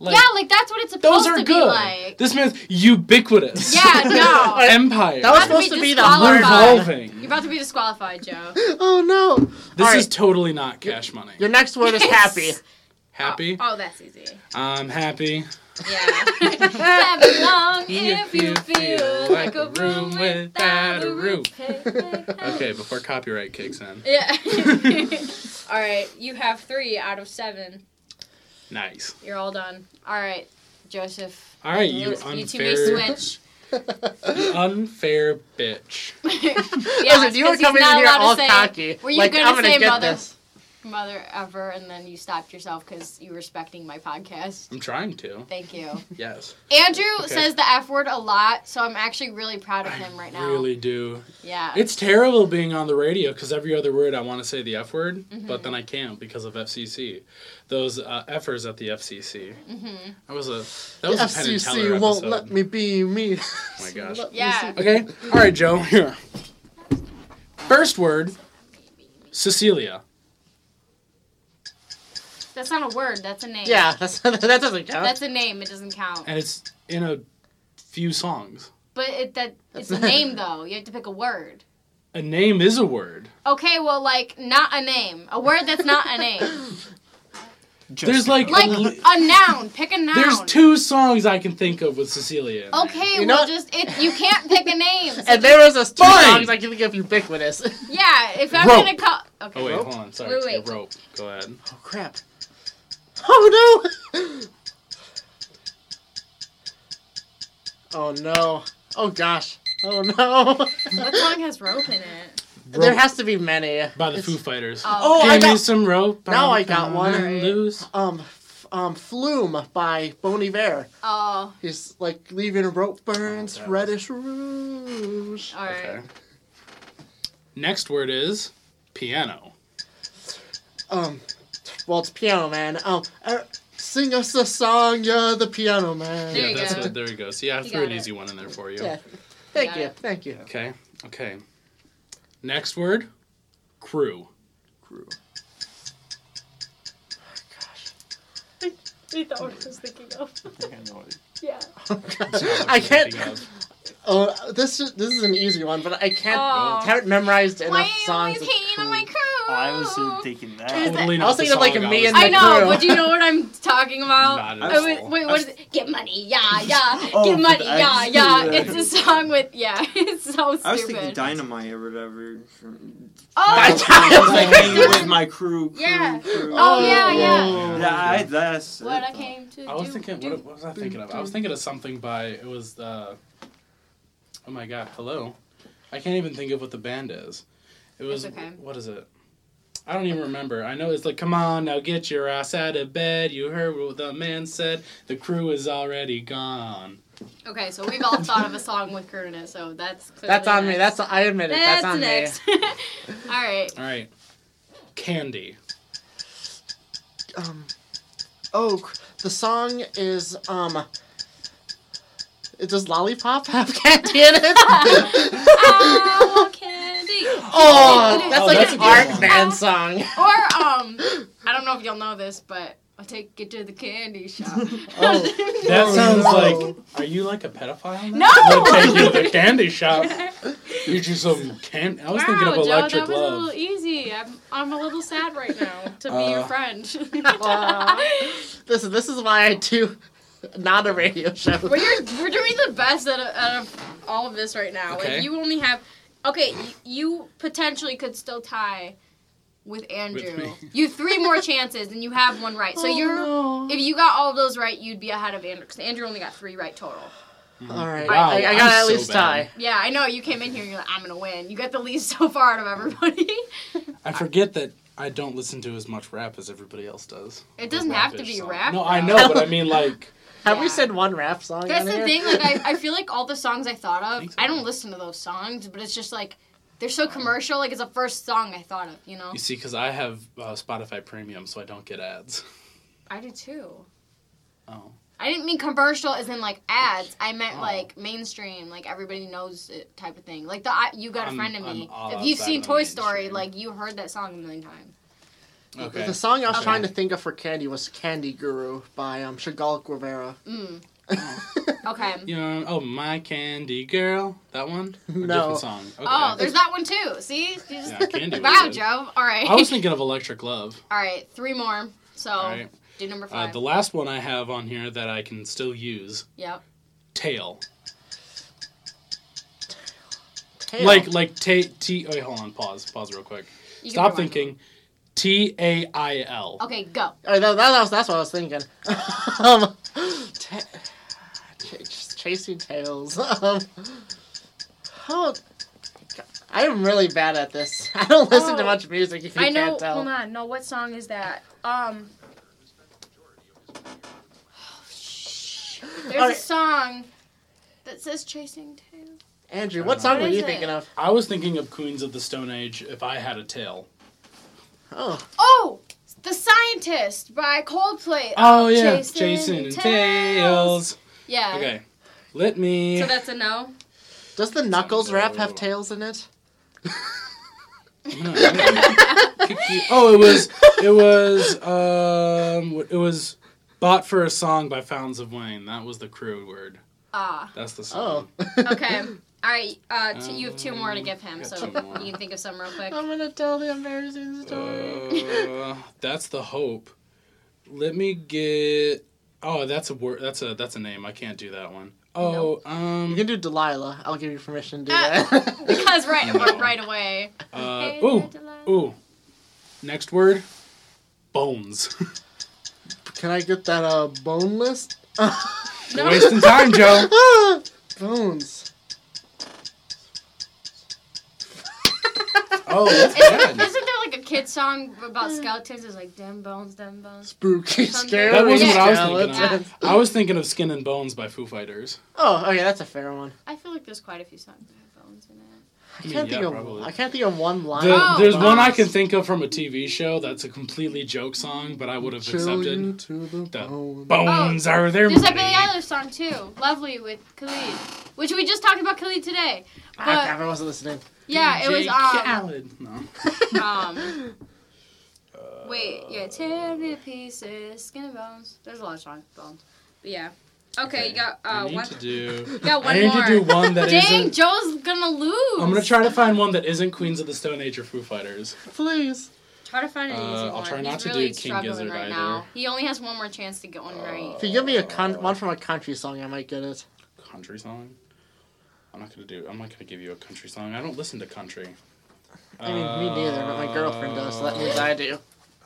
Speaker 6: Like,
Speaker 1: yeah, like that's what it's supposed
Speaker 6: those are
Speaker 1: to
Speaker 6: good.
Speaker 1: be like.
Speaker 6: This man's ubiquitous.
Speaker 1: Yeah, no.
Speaker 6: *laughs* Empire.
Speaker 5: That was
Speaker 1: About to be
Speaker 5: supposed to be the
Speaker 1: disqualified.
Speaker 5: hard one.
Speaker 6: revolving.
Speaker 1: You're about to be disqualified, Joe.
Speaker 5: Oh no!
Speaker 6: This
Speaker 5: All
Speaker 6: is
Speaker 5: right.
Speaker 6: totally not cash money.
Speaker 5: Your next word is
Speaker 6: *laughs*
Speaker 5: happy. *laughs*
Speaker 6: Happy.
Speaker 1: Oh, that's *laughs* easy.
Speaker 6: I'm happy.
Speaker 1: Yeah. Clap along if you feel like a room without a roof. *laughs*
Speaker 6: Okay, before copyright kicks in.
Speaker 1: Yeah. *laughs* all right, you have three out of seven.
Speaker 6: Nice.
Speaker 1: You're all done. All right, Joseph. *laughs*
Speaker 6: All right, you
Speaker 1: lose. you two may
Speaker 6: unfair,
Speaker 1: switch.
Speaker 6: unfair bitch.
Speaker 1: yeah,
Speaker 5: Listen, Oh, you were
Speaker 1: because he's
Speaker 5: coming in
Speaker 1: not
Speaker 5: here
Speaker 1: allowed to
Speaker 5: all
Speaker 1: say,
Speaker 5: cocky.
Speaker 1: Were you
Speaker 5: like,
Speaker 1: gonna
Speaker 5: I'm gonna
Speaker 1: say
Speaker 5: get
Speaker 1: mother-
Speaker 5: this.
Speaker 1: Mother ever, and then you stopped yourself because you were respecting my podcast.
Speaker 6: I'm trying to.
Speaker 1: Thank you.
Speaker 6: Yes.
Speaker 1: Andrew
Speaker 5: *laughs*
Speaker 6: Okay.
Speaker 1: says the F word a lot, so I'm actually really proud of him right now.
Speaker 6: Really do.
Speaker 1: Yeah.
Speaker 6: It's terrible being on the radio because every other word I want to say the F word,
Speaker 1: Mm-hmm.
Speaker 6: but then I can't because of FCC. Those uh, Fers at the FCC. Mm-hmm. That was a that was a Penn and Teller
Speaker 5: FCC won't
Speaker 6: episode.
Speaker 5: let me be me. *laughs*
Speaker 6: Oh my gosh.
Speaker 1: yeah.
Speaker 6: Okay. All right, Joe. Here. First word, Cecilia.
Speaker 1: That's not a word. That's a name.
Speaker 5: yeah, that's, *laughs* that doesn't count.
Speaker 1: That's a name. It doesn't count.
Speaker 6: and it's in a few songs.
Speaker 1: But it, that it's
Speaker 5: *laughs*
Speaker 1: a name though. You have to pick a word.
Speaker 6: A name is a word.
Speaker 1: Okay, well, like not a name, a word that's not a name,
Speaker 6: There's
Speaker 5: *laughs*
Speaker 6: like,
Speaker 1: like
Speaker 6: a li-
Speaker 1: a noun. Pick a noun. Oh.
Speaker 6: there's two songs I can think of with Cecilia. in there.
Speaker 1: Okay,
Speaker 5: You know
Speaker 1: well, just
Speaker 5: what?
Speaker 1: it. You can't pick a name. So
Speaker 5: *laughs* and there was a two
Speaker 6: Fine.
Speaker 5: songs I can think of *laughs* ubiquitous.
Speaker 1: yeah, if I'm
Speaker 6: Rope.
Speaker 1: gonna call. Okay.
Speaker 6: Oh wait,
Speaker 5: Rope?
Speaker 6: hold on. Sorry.
Speaker 1: Wait,
Speaker 6: Yeah,
Speaker 1: wait.
Speaker 6: rope. Go ahead.
Speaker 5: oh crap. Oh no! oh no. Oh gosh. Oh no.
Speaker 1: What song has rope in it?
Speaker 5: There
Speaker 6: Rope.
Speaker 5: has to be many.
Speaker 6: By the
Speaker 5: It's-
Speaker 6: Foo Fighters.
Speaker 1: Oh,
Speaker 5: I
Speaker 6: Give me
Speaker 5: got-
Speaker 6: some rope.
Speaker 5: Now
Speaker 6: I'm
Speaker 5: I got one.
Speaker 6: gonna Lose.
Speaker 5: Um, f- um, Flume by Bon Iver.
Speaker 1: Oh,
Speaker 5: He's like leaving a rope burns,
Speaker 6: Oh, that was-
Speaker 5: reddish rouge.
Speaker 1: all right.
Speaker 6: Okay. Next word is piano.
Speaker 5: Um, well, it's Piano Man. Um, uh, sing us a song, you're the Piano Man.
Speaker 1: There
Speaker 6: yeah,
Speaker 1: you
Speaker 6: that's
Speaker 1: go.
Speaker 6: what. There you go. See, I
Speaker 1: You
Speaker 6: threw an
Speaker 1: got it.
Speaker 6: easy one in there for you.
Speaker 5: Yeah. Thank
Speaker 1: got
Speaker 5: you.
Speaker 1: it.
Speaker 5: Thank you.
Speaker 6: Okay. Okay. Next word, crew.
Speaker 3: Crew.
Speaker 2: You thought what I was thinking of.
Speaker 3: I think I know it.
Speaker 2: Yeah.
Speaker 5: *laughs* I can't. Oh, this is this is an easy one, but I can't
Speaker 1: Oh.
Speaker 5: haven't memorized enough
Speaker 1: Why are you
Speaker 5: songs.
Speaker 1: always
Speaker 5: of
Speaker 1: hating on
Speaker 5: Crew.
Speaker 1: my crew?
Speaker 3: I was uh, thinking
Speaker 1: Is
Speaker 3: that.
Speaker 1: it-
Speaker 6: Totally
Speaker 1: I
Speaker 6: not
Speaker 5: was
Speaker 6: the
Speaker 5: thinking of, like,
Speaker 6: song
Speaker 5: a
Speaker 6: I
Speaker 5: me
Speaker 6: was
Speaker 5: and
Speaker 1: I
Speaker 5: the
Speaker 1: know,
Speaker 5: crew.
Speaker 1: but do
Speaker 6: *laughs*
Speaker 1: you know what I'm talking about?
Speaker 6: Not at
Speaker 1: I was-
Speaker 6: all.
Speaker 1: wait, what is it? Get money, yeah, yeah.
Speaker 3: Oh,
Speaker 1: Get
Speaker 3: for
Speaker 1: money,
Speaker 3: the- I
Speaker 1: yeah,
Speaker 3: see
Speaker 1: yeah.
Speaker 3: that.
Speaker 1: It's a song with yeah. *laughs* It's so stupid.
Speaker 3: I was thinking dynamite or whatever. from-
Speaker 1: Oh,
Speaker 3: *laughs* I was like hanging
Speaker 1: stupid.
Speaker 3: with *laughs* my crew. crew,
Speaker 1: Yeah.
Speaker 3: crew.
Speaker 1: Oh, yeah, yeah.
Speaker 3: Yeah, I, that's.
Speaker 1: What I came to
Speaker 6: I was
Speaker 1: do-
Speaker 6: thinking.
Speaker 1: do.
Speaker 6: What, what was I thinking of? I was thinking of something by. It was. Uh, oh my god! Hello. I can't even think of what the band is. It was.
Speaker 1: okay.
Speaker 6: What is it? I don't even remember. I know it's like, come on now, get your ass out of bed. You heard what the man said. The crew is already gone.
Speaker 1: Okay, so we've all thought of a song with Kurt in it, so that's clearly
Speaker 5: That's on me.
Speaker 1: next.
Speaker 5: That's I admit it. That's,
Speaker 1: that's
Speaker 5: on me.
Speaker 1: next. *laughs* all right.
Speaker 6: All right. Candy.
Speaker 5: Um, oh, cr- the song is um. It does lollipop have *laughs* candy
Speaker 1: *laughs*
Speaker 5: in it?
Speaker 1: I
Speaker 6: *laughs*
Speaker 1: want candy.
Speaker 5: oh, that's
Speaker 1: Oh,
Speaker 5: like
Speaker 6: that's a
Speaker 5: an
Speaker 6: good
Speaker 5: art
Speaker 6: one.
Speaker 5: band song.
Speaker 1: Or um, I don't know if y'all know this, but I'll take you to the candy shop.
Speaker 5: Oh.
Speaker 6: That
Speaker 5: Oh,
Speaker 6: sounds
Speaker 5: no.
Speaker 6: like. Are you like a pedophile?
Speaker 1: *laughs* No!
Speaker 6: I'm gonna take you to the
Speaker 1: *laughs*
Speaker 6: candy shop. Get you some candy. I was thinking of
Speaker 1: Joe, that
Speaker 6: electric
Speaker 1: was
Speaker 6: love.
Speaker 1: a little easy. I'm, I'm a little sad right now to be your
Speaker 6: Uh,
Speaker 1: friend. *laughs*
Speaker 5: This is this is why I do not a radio show.
Speaker 1: we're, we're doing the best out of, out of all of this right now.
Speaker 6: Okay.
Speaker 1: Like you only have, okay, you, you potentially could still tie with Andrew.
Speaker 6: me.
Speaker 1: you have three more chances, and you have one right. So you're. If you got all of those right, you'd be ahead of Andrew because Andrew only got three right total.
Speaker 5: All
Speaker 1: e-
Speaker 5: right,
Speaker 6: Wow,
Speaker 5: I, I
Speaker 6: I'm
Speaker 5: gotta at
Speaker 6: so
Speaker 5: least
Speaker 6: bad.
Speaker 5: die.
Speaker 1: Yeah, I know. You came in here and you're like, I'm going to win. You got the least *laughs* so far out of everybody.
Speaker 6: I forget that I don't listen to as much rap as everybody else does.
Speaker 1: It doesn't
Speaker 6: Rapish
Speaker 1: have to be
Speaker 6: song.
Speaker 1: rap. *laughs*
Speaker 6: No, I know,
Speaker 5: though.
Speaker 6: but I mean like
Speaker 5: Have we
Speaker 1: Yeah.
Speaker 5: said one rap song?
Speaker 1: That's
Speaker 5: on
Speaker 1: the
Speaker 5: here?
Speaker 1: thing. Like, I, I feel like all the songs I thought of,
Speaker 6: Think so.
Speaker 1: I don't listen to those songs, but it's just like they're so commercial. Like, it's the first song I thought of. You know,
Speaker 6: you see, because I have uh, Spotify Premium, so I don't get ads.
Speaker 1: I do too.
Speaker 6: Oh,
Speaker 1: I didn't mean commercial as in like ads. I meant
Speaker 6: Oh.
Speaker 1: like mainstream, like everybody knows it type of thing. Like the I, you got a
Speaker 6: I'm-
Speaker 1: friend of
Speaker 6: I'm
Speaker 1: me.
Speaker 6: all
Speaker 1: If you've
Speaker 6: outside
Speaker 1: seen
Speaker 6: of the
Speaker 1: Toy Story,
Speaker 6: mainstream.
Speaker 1: like you heard that song a million times.
Speaker 6: okay.
Speaker 5: The song I was
Speaker 1: Okay.
Speaker 5: trying to think of for candy was "Candy Guru" by um, Chagall
Speaker 1: *laughs*
Speaker 5: Guevara.
Speaker 1: Mm. Okay.
Speaker 6: You know, oh my candy girl, that one.
Speaker 5: *laughs*
Speaker 6: Or
Speaker 5: No.
Speaker 6: different song. Okay.
Speaker 1: Oh, there's that one too. See, you just *laughs*
Speaker 6: yeah, candy. was
Speaker 1: wow,
Speaker 6: good.
Speaker 1: Joe. All right,
Speaker 6: I was thinking of Electric Love.
Speaker 1: *laughs* all right, three more. So
Speaker 6: All right.
Speaker 1: do number
Speaker 6: Uh,
Speaker 1: five.
Speaker 6: the last one I have on here that I can still use,
Speaker 1: yep.
Speaker 6: tail.
Speaker 5: Tail.
Speaker 6: Like like ta T. Wait, hold on. Pause. Pause real quick.
Speaker 1: You can
Speaker 6: Stop
Speaker 1: rewind.
Speaker 6: thinking. T A I L.
Speaker 1: Okay, go.
Speaker 5: Or that, that was, that's what I was thinking. *laughs* um, ta- ch- chasing tails. *laughs* Um, how? I am really bad at this. *laughs* I don't listen to
Speaker 1: Oh.
Speaker 5: much music. If you
Speaker 1: I know.
Speaker 5: can't tell.
Speaker 1: Hold on. No, what song is that? Um. There's
Speaker 5: Alright.
Speaker 1: a song that says "Chasing Tail."
Speaker 5: Andrew,
Speaker 6: I
Speaker 5: what
Speaker 6: don't
Speaker 5: song
Speaker 1: know.
Speaker 5: were
Speaker 1: What
Speaker 5: you
Speaker 1: is
Speaker 5: thinking
Speaker 1: it?
Speaker 5: of?
Speaker 6: I was thinking of Queens of the Stone Age if I had a tail.
Speaker 5: Oh,
Speaker 1: Oh, "The Scientist" by Coldplay.
Speaker 6: Oh yeah,
Speaker 1: Jason
Speaker 6: Jason,
Speaker 1: and
Speaker 6: and Tails.
Speaker 1: Yeah.
Speaker 6: Okay, let me.
Speaker 1: So that's a no. *laughs*
Speaker 5: does the Knuckles rap have
Speaker 6: No.
Speaker 5: tails in it?
Speaker 6: *laughs* No, I'm gonna kick you- oh, it was it was um what- it was bought for a song by Fountains of Wayne. That was the crew word.
Speaker 1: Ah.
Speaker 6: That's the
Speaker 5: Oh, *laughs*
Speaker 6: song.
Speaker 1: Okay. All right. Uh, t- you have two more to give him,
Speaker 6: Um, got
Speaker 1: so
Speaker 6: two more.
Speaker 1: you can think of some real
Speaker 5: *laughs*
Speaker 1: quick. *laughs*
Speaker 5: I'm gonna tell the embarrassing story.
Speaker 6: Uh, that's the hope. Let me get. Oh, that's a word. That's a that's a name. I can't do that one. Oh,
Speaker 5: you *laughs*
Speaker 6: um.
Speaker 5: can do Delilah. I'll give you permission to do
Speaker 1: Uh,
Speaker 5: that.
Speaker 1: *laughs* Because right,
Speaker 6: No.
Speaker 1: right away.
Speaker 6: Uh,
Speaker 1: Hey,
Speaker 6: ooh,
Speaker 1: Delilah.
Speaker 6: ooh. Next word.
Speaker 5: *laughs*
Speaker 6: Bones. *laughs*
Speaker 5: Can I get that uh bone list?
Speaker 6: You're wasting time, Joe.
Speaker 5: *laughs* Ah,
Speaker 1: *laughs*
Speaker 5: bones.
Speaker 6: Oh, that's
Speaker 1: Isn't,
Speaker 6: good.
Speaker 1: isn't there like a kid song about skeletons? It's like "Dem bones, dem bones."
Speaker 5: Spooky,
Speaker 1: Something-
Speaker 5: scary.
Speaker 1: That wasn't
Speaker 6: what I was
Speaker 5: skeleton.
Speaker 1: thinking
Speaker 6: I was thinking of Skin and Bones by Foo Fighters.
Speaker 5: Oh, okay, that's a fair one.
Speaker 1: I feel like there's quite a few songs that have bones in it.
Speaker 5: I
Speaker 6: mean,
Speaker 5: can't
Speaker 6: yeah,
Speaker 5: think of.
Speaker 6: probably.
Speaker 5: I can't think of one line.
Speaker 6: The-
Speaker 1: Oh,
Speaker 6: there's one I
Speaker 1: gosh.
Speaker 6: can think of from a TV show that's a completely joke song, but I would have accepted. The Bones
Speaker 5: Oh.
Speaker 6: are there.
Speaker 1: There's that Billie Eilish song too, "Lovely" with Khalid, which we just talked about Khalid today.
Speaker 5: Ah,
Speaker 1: But-
Speaker 5: crap, I wasn't listening.
Speaker 1: Yeah, it was um,
Speaker 6: Khaled. No.
Speaker 1: *laughs* um
Speaker 6: Uh,
Speaker 1: wait, yeah, tear me to pieces, skin and bones. There's a lot of songs with bones, but yeah. Okay, you got
Speaker 6: I
Speaker 1: uh
Speaker 6: need
Speaker 1: one.
Speaker 6: to do.
Speaker 1: you got one
Speaker 6: I need
Speaker 1: more.
Speaker 6: to do one that
Speaker 1: Dang,
Speaker 6: isn't.
Speaker 1: Joe's gonna lose.
Speaker 6: I'm gonna try to find one that isn't Queens of the Stone Age or Foo Fighters.
Speaker 5: Please.
Speaker 1: Try to find an
Speaker 6: Uh,
Speaker 1: easy
Speaker 6: I'll
Speaker 1: one.
Speaker 6: try not
Speaker 1: He's
Speaker 6: to do
Speaker 1: really
Speaker 6: King
Speaker 1: struggling
Speaker 6: Gizzard
Speaker 1: right
Speaker 6: either. Uh,
Speaker 1: now. He only has one more chance to get one
Speaker 5: If
Speaker 1: right.
Speaker 5: you give me a con- one from a country song, I might get it.
Speaker 6: Country song. I'm not gonna do. I'm not gonna give you a country song. I don't listen to country.
Speaker 5: I mean, me neither, but my girlfriend does, so that means
Speaker 1: *laughs*
Speaker 5: I do.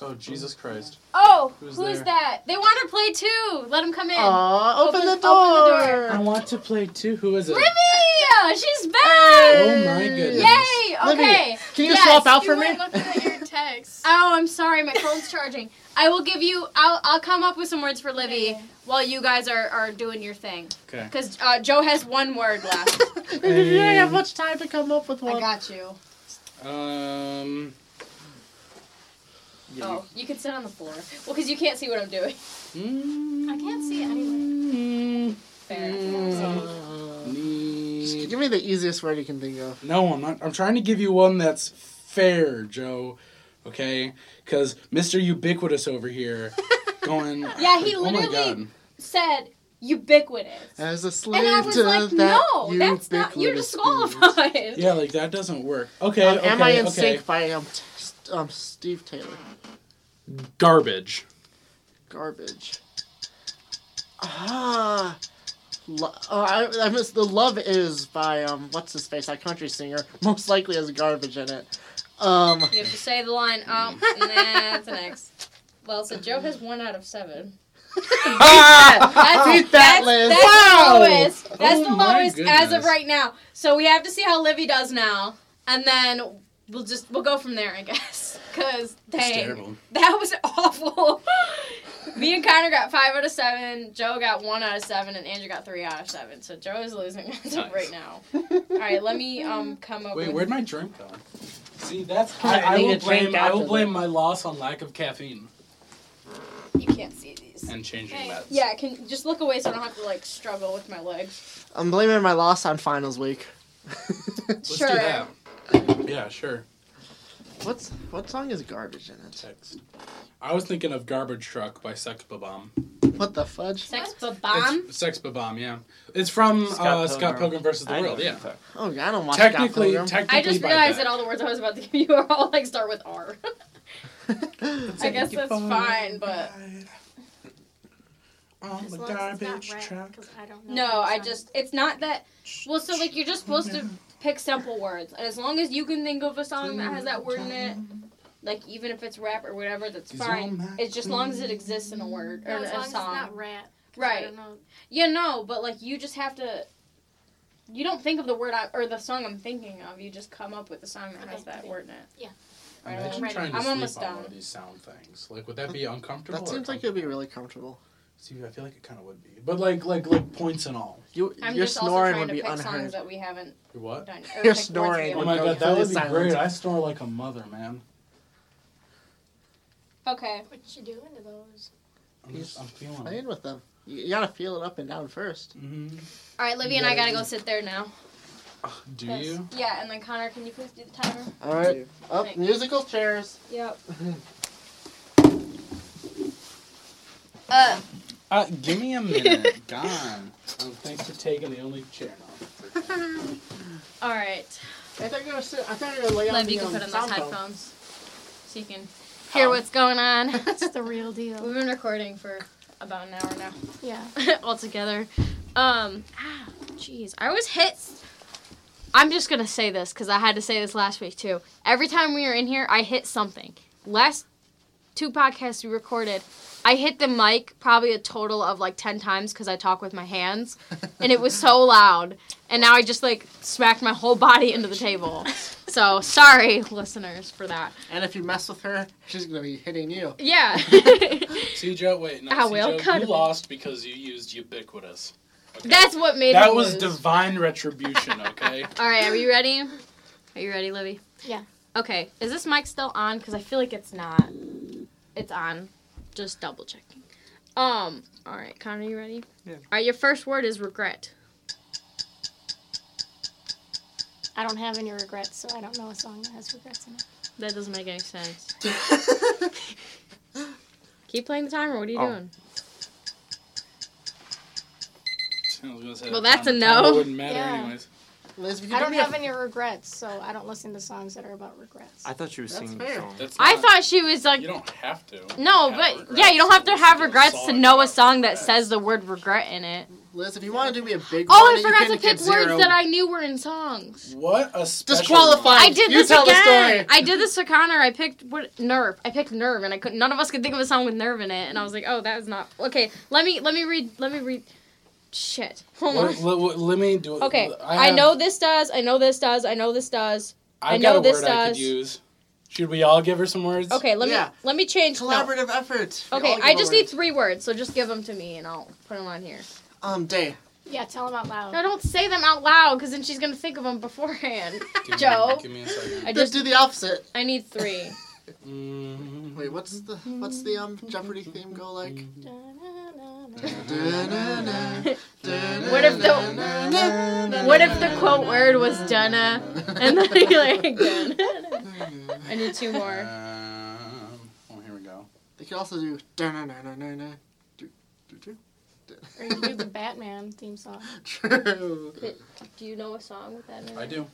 Speaker 6: Oh Jesus Christ!
Speaker 1: Oh,
Speaker 6: Who's
Speaker 1: who's,
Speaker 6: there?
Speaker 1: that? They want to play too. Let him come in.
Speaker 5: Aw, open,
Speaker 1: Open-
Speaker 5: the
Speaker 1: open the
Speaker 5: door!
Speaker 6: I want to play too. Who is it?
Speaker 1: Livia, she's back.
Speaker 6: Oh my goodness!
Speaker 1: Yay!
Speaker 5: Livia,
Speaker 1: Okay.
Speaker 5: Can you
Speaker 1: Yes,
Speaker 5: swap out
Speaker 2: You
Speaker 5: for me?
Speaker 2: weren't looking at your text.
Speaker 1: Oh, I'm sorry, my phone's charging. I will give you. I'll, I'll come up with some words for Livy while you guys are, are doing your thing.
Speaker 6: Okay.
Speaker 1: Because uh, Joe has one word
Speaker 6: *laughs*
Speaker 1: left.
Speaker 5: you don't have much time to come up with
Speaker 1: I
Speaker 5: one.
Speaker 1: got you.
Speaker 6: Um.
Speaker 3: Yeah,
Speaker 1: Oh, you can sit on the floor. Well, because you can't see what I'm doing.
Speaker 6: I
Speaker 1: can't see
Speaker 6: mm,
Speaker 1: anyway. Fair. So-
Speaker 5: Just give me the easiest word you can think of.
Speaker 6: No, I'm not. I'm trying to give you one that's fair, Joe. Okay, because Mr. Ubiquitous
Speaker 1: *laughs*
Speaker 6: over here, going.
Speaker 1: Yeah, he
Speaker 6: oh my
Speaker 1: literally-
Speaker 6: God.
Speaker 1: Said ubiquitous.
Speaker 5: As a slave
Speaker 1: And I was
Speaker 5: to
Speaker 1: like,
Speaker 5: that
Speaker 1: no, that's not. You're
Speaker 5: ubiquitous
Speaker 1: disqualified.
Speaker 6: Yeah, like that doesn't work. Okay,
Speaker 5: being. Um,
Speaker 6: okay,
Speaker 5: Am I in
Speaker 6: okay.
Speaker 5: sync by um, t- st- um, Steve Taylor?
Speaker 6: Garbage.
Speaker 5: Garbage. Ah. Lo- oh, I, I missed the love is by um what's his face that country singer most likely has garbage in it um
Speaker 1: You have to say the line. Um, and *laughs* that's an X. Well, so Joe has one out of *laughs* seven. That's,
Speaker 5: Beat that,
Speaker 1: that's,
Speaker 5: Liz.
Speaker 1: That's
Speaker 5: Wow.
Speaker 1: the lowest. That's
Speaker 6: Oh
Speaker 1: the
Speaker 6: my
Speaker 1: lowest as of
Speaker 6: goodness.
Speaker 1: right now. So we have to see how Livy does now, and then we'll just we'll go from there, I guess. *laughs* Cause
Speaker 6: That's
Speaker 1: dang,
Speaker 6: terrible.
Speaker 1: that was awful. Me and Connor got five out of seven. Joe got one out of seven, and Andrew got three out of seven. So Joe is losing as of
Speaker 6: Nice.
Speaker 1: right now. All right, let me um come up.
Speaker 6: Wait,
Speaker 1: with...
Speaker 6: where'd my drink go? See, that's
Speaker 5: I
Speaker 6: I, I
Speaker 5: need
Speaker 6: will
Speaker 5: a drink
Speaker 6: blame. I will
Speaker 5: after
Speaker 6: blame
Speaker 5: that.
Speaker 6: my loss on lack of caffeine
Speaker 1: you can't see these.
Speaker 6: and changing
Speaker 1: Okay.
Speaker 6: meds.
Speaker 1: Yeah, can just look away so I don't have to like struggle with my legs.
Speaker 5: I'm blaming my loss on finals week. *laughs*
Speaker 6: Let's
Speaker 1: sure.
Speaker 6: do that. Yeah, sure.
Speaker 5: What's what song is garbage in it?
Speaker 6: Text. I was thinking of Garbage Truck by Sex Bomb.
Speaker 5: What the fudge?
Speaker 1: Sex bomb.
Speaker 6: It's Sex Bomb, yeah. It's from
Speaker 3: Scott
Speaker 6: uh,
Speaker 3: Pilgrim.
Speaker 6: Scott Pilgrim versus the
Speaker 3: I know
Speaker 6: World,
Speaker 3: what
Speaker 6: yeah.
Speaker 3: you're talking
Speaker 5: Oh, I don't watch
Speaker 6: Technically,
Speaker 5: Scott
Speaker 6: technically,
Speaker 1: I just
Speaker 6: by
Speaker 1: realized that
Speaker 6: that.
Speaker 1: all the words I was about to give you are all like start with
Speaker 6: *laughs*
Speaker 1: R. I guess that's fine, but
Speaker 6: On the
Speaker 1: long as it's not
Speaker 6: garbage truck.
Speaker 1: I don't know. No, I just it's not that. Well, so like you're just supposed to pick simple words, and as long as you can think of a song that has that word in it, like even if it's rap or whatever, that's
Speaker 6: These are all
Speaker 1: fine.
Speaker 6: my
Speaker 1: It's just long as it exists in a word or
Speaker 2: No,
Speaker 1: in
Speaker 2: as long
Speaker 1: a
Speaker 2: as it's not
Speaker 1: song.
Speaker 2: rant. 'cause I
Speaker 1: Right.
Speaker 2: don't know.
Speaker 1: Yeah, no, but like you just have to. You don't think of the word I, or the song I'm thinking of. You just come up with the song that has
Speaker 2: Okay.
Speaker 1: that word in it. Right,
Speaker 6: Imagine
Speaker 1: right.
Speaker 6: trying to
Speaker 1: I'm
Speaker 6: sleep
Speaker 1: almost
Speaker 6: on one
Speaker 1: done.
Speaker 6: of these sound things. Like, would that be uncomfortable?
Speaker 5: That
Speaker 6: or
Speaker 5: seems like
Speaker 6: comfortable?
Speaker 5: you'd be really comfortable.
Speaker 6: See, I feel like it kind of would be. But like, like, like points and all.
Speaker 5: You,
Speaker 1: I'm
Speaker 5: your
Speaker 1: just also
Speaker 5: snoring
Speaker 1: trying
Speaker 5: would
Speaker 1: to
Speaker 5: be
Speaker 1: pick songs
Speaker 5: unheard.
Speaker 1: that we haven't
Speaker 6: Your
Speaker 5: *laughs*
Speaker 6: what?
Speaker 1: done. or,
Speaker 5: You're
Speaker 1: like, words we
Speaker 5: snoring.
Speaker 1: haven't
Speaker 6: Oh my
Speaker 5: go
Speaker 6: god, that would be
Speaker 5: completely
Speaker 6: great.
Speaker 5: silent.
Speaker 6: I snore like a mother, man.
Speaker 1: Okay.
Speaker 2: What you doing to those?
Speaker 6: I'm, just, I'm feeling it.
Speaker 5: Playing with them. You, you gotta feel it up and down first.
Speaker 6: hmm
Speaker 1: All right, Livy and I gotta go sit there now.
Speaker 6: Do
Speaker 1: 'Cause-
Speaker 6: you?
Speaker 1: Yeah, and then Connor, can you please do the timer?
Speaker 5: All right, up
Speaker 1: Thanks.
Speaker 5: musical chairs.
Speaker 1: Yep. *laughs* uh,
Speaker 6: Uh, give me a minute. *laughs* Gone. Oh, thanks for taking the only chair.
Speaker 1: *laughs* all right.
Speaker 5: I thought you were gonna sit. I thought you were gonna lay on
Speaker 1: Liv,
Speaker 5: the
Speaker 1: you can
Speaker 5: um,
Speaker 1: put on those
Speaker 5: sound foam.
Speaker 1: headphones so you can hear what's going on. *laughs*
Speaker 2: It's the real deal.
Speaker 1: We've been recording for about an hour now
Speaker 2: Yeah.
Speaker 1: *laughs* altogether. Um, ah, jeez, I was hit. s- I'm just gonna say this because I had to say this last week too. Every time we were in here, I hit something. Last two podcasts we recorded, I hit the mic probably a total of like ten times because I talk with my hands, and it was so loud. And now I just like smacked my whole body into the table. So sorry, listeners, for that.
Speaker 5: And if you mess with her, she's gonna be hitting *laughs* you.
Speaker 1: Yeah. *laughs*
Speaker 6: See, Joe, wait. No,
Speaker 1: I
Speaker 6: see,
Speaker 1: will
Speaker 6: Joe,
Speaker 1: cut
Speaker 6: you
Speaker 1: it.
Speaker 6: lost because you used ubiquitous.
Speaker 1: That's what made
Speaker 6: That
Speaker 1: him
Speaker 6: was
Speaker 1: lose.
Speaker 6: divine retribution, okay? *laughs*
Speaker 1: All right, are you ready? Are you ready, Libby?
Speaker 2: Yeah.
Speaker 1: Okay, is this mic still on? Because I feel like it's not. It's on. Just double checking. Um. All right, Connor, you ready?
Speaker 3: Yeah.
Speaker 1: All right, your first word is regret.
Speaker 2: I don't have any regrets, so I don't know a song that has regrets in it.
Speaker 1: That doesn't make any sense. Keep playing the timer. What are you
Speaker 3: Oh.
Speaker 1: doing?
Speaker 6: I was gonna say
Speaker 1: Well,
Speaker 6: that
Speaker 1: that's
Speaker 6: time-
Speaker 1: a
Speaker 6: time
Speaker 1: no.
Speaker 6: wouldn't matter
Speaker 2: Yeah.
Speaker 6: anyways.
Speaker 5: Liz, would you
Speaker 2: I
Speaker 5: do
Speaker 2: don't
Speaker 5: me a-
Speaker 2: have any regrets, so I don't listen to songs that are about regrets.
Speaker 3: I thought you were
Speaker 5: That's
Speaker 3: singing
Speaker 5: fair.
Speaker 3: the song.
Speaker 6: That's
Speaker 1: I
Speaker 6: not-
Speaker 1: thought she was like.
Speaker 6: you don't have to.
Speaker 1: No,
Speaker 6: have
Speaker 1: but
Speaker 6: regrets
Speaker 1: yeah, you don't have to
Speaker 6: listen
Speaker 1: have
Speaker 6: a
Speaker 1: regrets to
Speaker 6: song
Speaker 1: know a
Speaker 6: about
Speaker 1: song that
Speaker 6: regrets.
Speaker 1: says the word regret in it.
Speaker 5: Liz, if you want to do me a big one,
Speaker 1: Oh, I
Speaker 5: and you
Speaker 1: forgot to
Speaker 5: couldn't
Speaker 1: pick
Speaker 5: get zero,
Speaker 1: words that I knew were in songs.
Speaker 6: What a special
Speaker 5: Disqualified.
Speaker 1: I did
Speaker 5: Oh, You
Speaker 1: this
Speaker 5: tell the
Speaker 1: again.
Speaker 5: story.
Speaker 1: I did this to Connor. I picked what nerve. I picked nerve, and I couldn't. None of us could think of a song with nerve in it, and I was like, oh, that is not okay. Let me let me read. Let me read. Shit. Hold
Speaker 6: Let,
Speaker 1: on.
Speaker 6: let, let- let me do it.
Speaker 1: Okay,
Speaker 6: have-
Speaker 1: I know this does. I know this does. I know this does.
Speaker 6: I've
Speaker 1: I know
Speaker 6: got a
Speaker 1: this
Speaker 6: word I could
Speaker 1: does.
Speaker 6: use. Should we all give her some words?
Speaker 1: Okay, let
Speaker 5: Yeah.
Speaker 1: me let me change. no.
Speaker 5: Collaborative effort. We all
Speaker 1: Okay,
Speaker 5: give
Speaker 1: I
Speaker 5: a
Speaker 1: just
Speaker 5: word.
Speaker 1: need three words, so just give them to me, and I'll put them on here.
Speaker 5: Um, day.
Speaker 2: Yeah, tell them out loud.
Speaker 1: No, don't say them out loud, because then she's gonna think of them beforehand.
Speaker 6: *laughs* Give me-
Speaker 1: Joe.
Speaker 6: give me a second.
Speaker 1: I
Speaker 5: Let's
Speaker 1: just
Speaker 5: do the opposite.
Speaker 1: I need
Speaker 6: *laughs*
Speaker 1: three.
Speaker 6: Mm. *laughs*
Speaker 5: Wait, what's the what's the um Jeopardy theme go like?
Speaker 2: Da-na-na-na.
Speaker 5: What
Speaker 1: What if the- What if the quote word was Jenna? *laughs* And then you're
Speaker 5: *laughs*
Speaker 1: like, Jenna. I need two more.
Speaker 6: Um, oh, here we go.
Speaker 5: They could also do. dun-dun-dun-dun-dun, do- do- do.
Speaker 2: Or you do the Batman theme song.
Speaker 5: *laughs* True.
Speaker 1: Do you know a song with that in it?
Speaker 6: I do.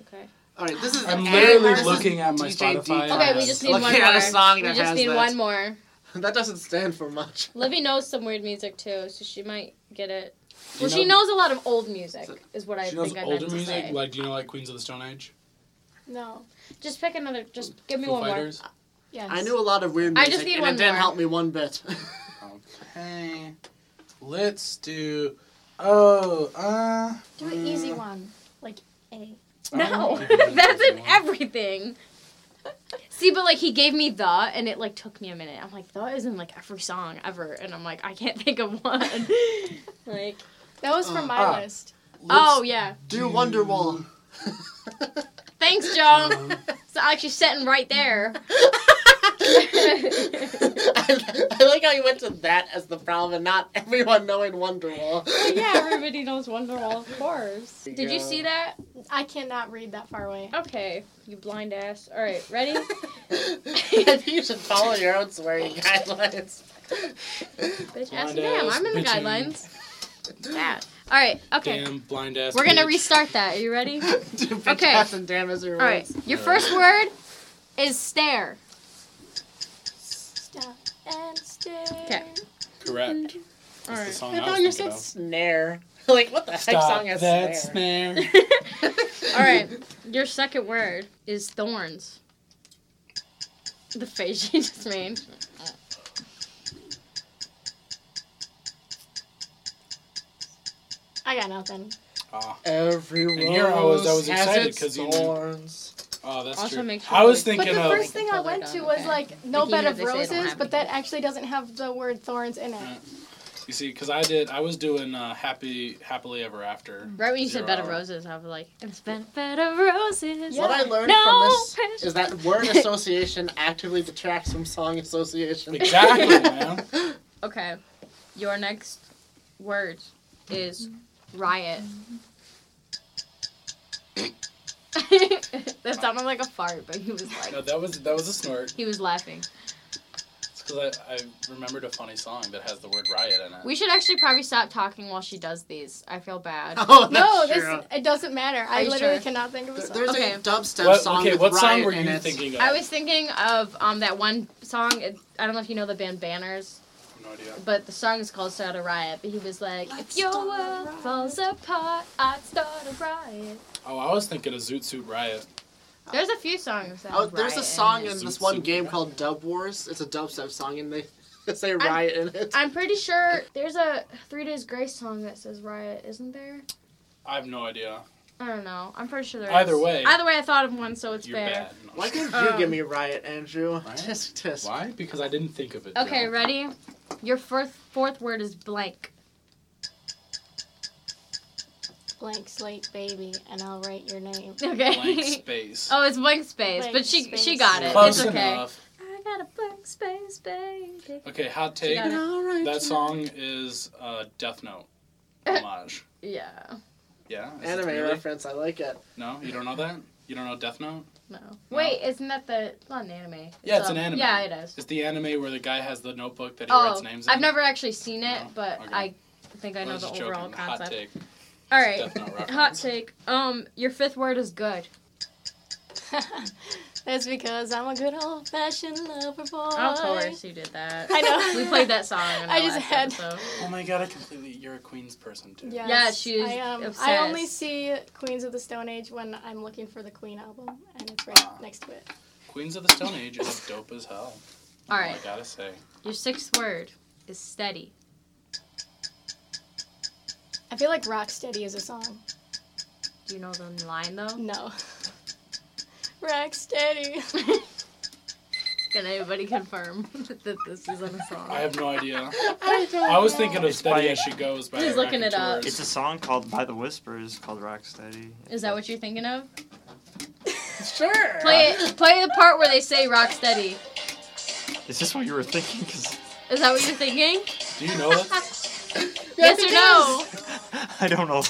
Speaker 1: Okay.
Speaker 5: All right, this is.
Speaker 6: I'm
Speaker 5: an
Speaker 6: literally
Speaker 5: ad- this is
Speaker 6: looking at my
Speaker 5: DJ
Speaker 6: Spotify.
Speaker 5: Deep.
Speaker 1: Okay, we
Speaker 6: Yes.
Speaker 1: just need
Speaker 5: Looking
Speaker 1: one
Speaker 5: at a
Speaker 1: more.
Speaker 5: song
Speaker 1: we
Speaker 5: that
Speaker 1: just
Speaker 5: has
Speaker 1: need
Speaker 5: that.
Speaker 1: one more.
Speaker 5: *laughs* That doesn't stand for much.
Speaker 1: Livy knows some weird music too, so she might get it.
Speaker 6: Do
Speaker 1: Well,
Speaker 6: you
Speaker 1: she
Speaker 6: know-
Speaker 1: knows a lot of old music, is what I
Speaker 6: She knows
Speaker 1: think I meant
Speaker 6: older
Speaker 1: to
Speaker 6: music.
Speaker 1: say.
Speaker 6: Like, do you know like Queens of the Stone Age?
Speaker 2: No.
Speaker 1: Just pick another. Just give me
Speaker 6: Foo
Speaker 1: one
Speaker 6: Fighters.
Speaker 2: Yes.
Speaker 5: I knew a lot of weird
Speaker 1: I
Speaker 5: music,
Speaker 1: just need
Speaker 5: and
Speaker 1: one
Speaker 5: it didn't
Speaker 1: more.
Speaker 5: help me one bit. *laughs*
Speaker 1: Uh-uh.
Speaker 6: Okay. Let's do. Oh, uh.
Speaker 2: Do an easy one. Like A.
Speaker 1: more. No, *laughs*
Speaker 6: I don't know.
Speaker 1: that's in everything. See, but like he gave me the, and it like took me a minute. I'm like, the is in like every song ever, and I'm like, I can't *laughs* think of one. like,
Speaker 2: That was from my
Speaker 6: Ah.
Speaker 2: list.
Speaker 6: Let's
Speaker 1: oh yeah,
Speaker 5: do Wonderwall. *laughs*
Speaker 1: thanks,
Speaker 6: Uh-huh.
Speaker 1: Joe.
Speaker 6: Um,
Speaker 1: so like she's sitting right there.
Speaker 5: I, I like how you went to that as the problem and not everyone knowing Wonderwall.
Speaker 1: Oh, yeah, everybody knows Wonderwall, of course. Did you see that?
Speaker 2: I cannot read that far away.
Speaker 1: Okay, you blind ass. All right,
Speaker 6: *laughs*
Speaker 1: ready?
Speaker 5: *laughs* I think you should follow your own swearing guidelines.
Speaker 1: Bitch ass,
Speaker 6: Blind
Speaker 1: damn,
Speaker 6: ass
Speaker 1: I'm in the
Speaker 6: bitchy.
Speaker 1: guidelines. Bad. All right, okay.
Speaker 6: Damn blind ass.
Speaker 1: We're gonna
Speaker 6: bitch.
Speaker 1: restart that. Are you ready?
Speaker 5: *laughs*
Speaker 6: *laughs*
Speaker 5: Do bitch
Speaker 1: Okay.
Speaker 5: ass and damn is your
Speaker 1: All right.
Speaker 5: words.
Speaker 1: Your first word is stare.
Speaker 2: Stop and stare.
Speaker 1: Okay.
Speaker 6: Correct.
Speaker 1: All
Speaker 6: That's the
Speaker 1: *laughs* right.
Speaker 6: song
Speaker 5: I
Speaker 6: I
Speaker 5: know
Speaker 6: was
Speaker 5: you said
Speaker 6: thinking
Speaker 1: *laughs*
Speaker 6: of.
Speaker 5: snare. Like what the heck
Speaker 6: Stop
Speaker 5: song has
Speaker 6: that
Speaker 5: snare?
Speaker 6: snare.
Speaker 1: All right. Your second word is thorns. The face she just made.
Speaker 2: I got nothing.
Speaker 6: Ah,
Speaker 5: *laughs* Every
Speaker 6: And here I was- I
Speaker 5: rose
Speaker 6: was
Speaker 5: has
Speaker 6: excited
Speaker 5: its
Speaker 6: 'cause you knew-
Speaker 5: thorns.
Speaker 6: oh, that's
Speaker 1: Also
Speaker 6: true.
Speaker 1: make sure
Speaker 6: I was
Speaker 1: we-
Speaker 2: But
Speaker 6: thinking
Speaker 2: the
Speaker 6: of.
Speaker 2: first thing I
Speaker 1: Color
Speaker 2: went
Speaker 1: done,
Speaker 2: to was
Speaker 1: uh, okay.
Speaker 2: like no
Speaker 1: Like,
Speaker 2: bed
Speaker 1: even
Speaker 2: of
Speaker 1: if they say they don't
Speaker 2: roses,
Speaker 1: have
Speaker 2: but that actually doesn't have the word thorns in it.
Speaker 6: You see, because I did, I was doing uh, happy, happily ever after.
Speaker 1: Right when you said
Speaker 6: Zero
Speaker 1: bed of
Speaker 6: hour.
Speaker 1: roses, I was like, it's been a bed of roses.
Speaker 5: What I learned from
Speaker 1: No
Speaker 5: this
Speaker 1: pressure.
Speaker 5: is that
Speaker 1: *laughs*
Speaker 5: word association actively detracts from song association.
Speaker 6: Exactly,
Speaker 5: *laughs*
Speaker 6: man.
Speaker 1: Okay. Your next word is riot. *laughs* that sounded like a fart, but he was
Speaker 6: No,
Speaker 1: like,
Speaker 6: that was that was a snort.
Speaker 1: he was laughing.
Speaker 6: It's because I, I remembered a funny song that has the word riot in it.
Speaker 1: We should actually probably stop talking while she does these. I feel bad.
Speaker 5: Oh,
Speaker 2: No,
Speaker 5: that's
Speaker 2: this
Speaker 5: true.
Speaker 2: it doesn't matter.
Speaker 1: Are
Speaker 2: I
Speaker 1: you
Speaker 2: literally
Speaker 1: sure?
Speaker 2: cannot think of a
Speaker 5: There-
Speaker 2: song.
Speaker 5: There's
Speaker 1: Okay.
Speaker 5: a dubstep
Speaker 6: What,
Speaker 5: song.
Speaker 6: okay,
Speaker 5: with
Speaker 6: what song
Speaker 5: riot
Speaker 6: were
Speaker 5: in
Speaker 6: you
Speaker 5: it.
Speaker 6: thinking of?
Speaker 1: I was thinking of um, that one song. It, I don't know if you know the band Banners,
Speaker 6: no idea.
Speaker 1: but the song is called Start a Riot. But he was like, If your world falls apart, I'd start a riot.
Speaker 6: Oh, I was thinking of Zoot Suit Riot.
Speaker 1: There's a few songs that.
Speaker 5: Oh,
Speaker 1: have
Speaker 5: there's a
Speaker 1: riot
Speaker 5: song
Speaker 1: in
Speaker 5: in
Speaker 1: it.
Speaker 5: this one game called Dub Wars. It's a dubstep song, and they *laughs* say riot in it.
Speaker 1: I'm pretty sure there's a Three Days Grace song that says riot, isn't there?
Speaker 6: I have no idea.
Speaker 1: I don't know. I'm pretty sure there is.
Speaker 6: Either way,
Speaker 1: Either way, I thought of one, so it's
Speaker 6: you're
Speaker 1: fair.
Speaker 6: bad. No,
Speaker 5: Why
Speaker 6: shit.
Speaker 5: can't you
Speaker 1: Um,
Speaker 5: give me riot, Andrew? *laughs*
Speaker 6: Riot?
Speaker 5: Tisk tisk.
Speaker 6: *laughs* Why? Because I didn't think of it.
Speaker 1: Okay,
Speaker 6: Joe.
Speaker 1: ready? Your fourth fourth word is blank.
Speaker 2: blank slate baby and I'll write your name.
Speaker 1: *laughs*
Speaker 6: Blank
Speaker 1: *laughs* Okay.
Speaker 6: space.
Speaker 1: oh, it's blank space, but
Speaker 2: Blank
Speaker 1: she
Speaker 2: space.
Speaker 1: she got it.
Speaker 6: Close
Speaker 1: it's okay.
Speaker 6: enough.
Speaker 1: I got a blank space, baby.
Speaker 6: Okay, hot take.
Speaker 1: got it.
Speaker 2: *laughs*
Speaker 6: That song is uh,
Speaker 1: *laughs*
Speaker 6: Death Note homage.
Speaker 1: Yeah.
Speaker 6: Yeah. is it
Speaker 5: Anime
Speaker 6: really?
Speaker 5: reference, I like it.
Speaker 6: No, you don't know that. You don't know Death Note.
Speaker 1: No. Wait, isn't that the it's not an anime?
Speaker 6: Yeah, it's
Speaker 1: a-
Speaker 6: an anime.
Speaker 1: Yeah, it is.
Speaker 6: It's the anime where the guy has the notebook that he
Speaker 1: Oh,
Speaker 6: writes names in.
Speaker 1: I've never actually seen it,
Speaker 6: No?
Speaker 1: but
Speaker 6: Okay.
Speaker 1: I think I
Speaker 6: I
Speaker 1: know
Speaker 6: was
Speaker 1: the
Speaker 6: just
Speaker 1: overall
Speaker 6: joking. Hot
Speaker 1: concept.
Speaker 6: take.
Speaker 1: All right,
Speaker 6: Death Note reference.
Speaker 1: hot take. Um, your fifth word is good.
Speaker 2: That's because I'm a good old fashioned lover boy.
Speaker 1: Of course, you did that.
Speaker 2: I know.
Speaker 1: *laughs* We played that song. In our
Speaker 2: I just
Speaker 1: last
Speaker 2: had-
Speaker 1: episode.
Speaker 6: Oh my god! I completely. You're a Queens person too.
Speaker 2: Yes,
Speaker 1: Yeah, she is
Speaker 2: I, um, I
Speaker 1: obsessed.
Speaker 2: only see Queens of the Stone Age when I'm looking for the Queen album, and it's right next to it.
Speaker 6: Queens of the Stone Age is dope as hell.
Speaker 1: All
Speaker 6: I
Speaker 1: right,
Speaker 6: gotta say.
Speaker 1: your sixth word is steady.
Speaker 2: I feel like Rocksteady is a song.
Speaker 1: Do you know the line though?
Speaker 2: No. *laughs* Rocksteady.
Speaker 1: *laughs* *laughs* Can anybody confirm *laughs* that this isn't a song?
Speaker 6: I have no idea. *laughs* I was thinking of
Speaker 3: It's by-
Speaker 6: Steady as She Goes by.
Speaker 1: He's
Speaker 6: the
Speaker 1: looking it up.
Speaker 3: It's a song called By the Whispers called Rocksteady.
Speaker 1: Is that what you're thinking *laughs* of?
Speaker 5: Sure.
Speaker 1: Play it. Play the part where they say rock steady.
Speaker 3: Is this what you were thinking? 'Cause *laughs*
Speaker 1: Is that what you're thinking?
Speaker 6: Do you know it? *laughs*
Speaker 1: yes or no?
Speaker 3: I don't know.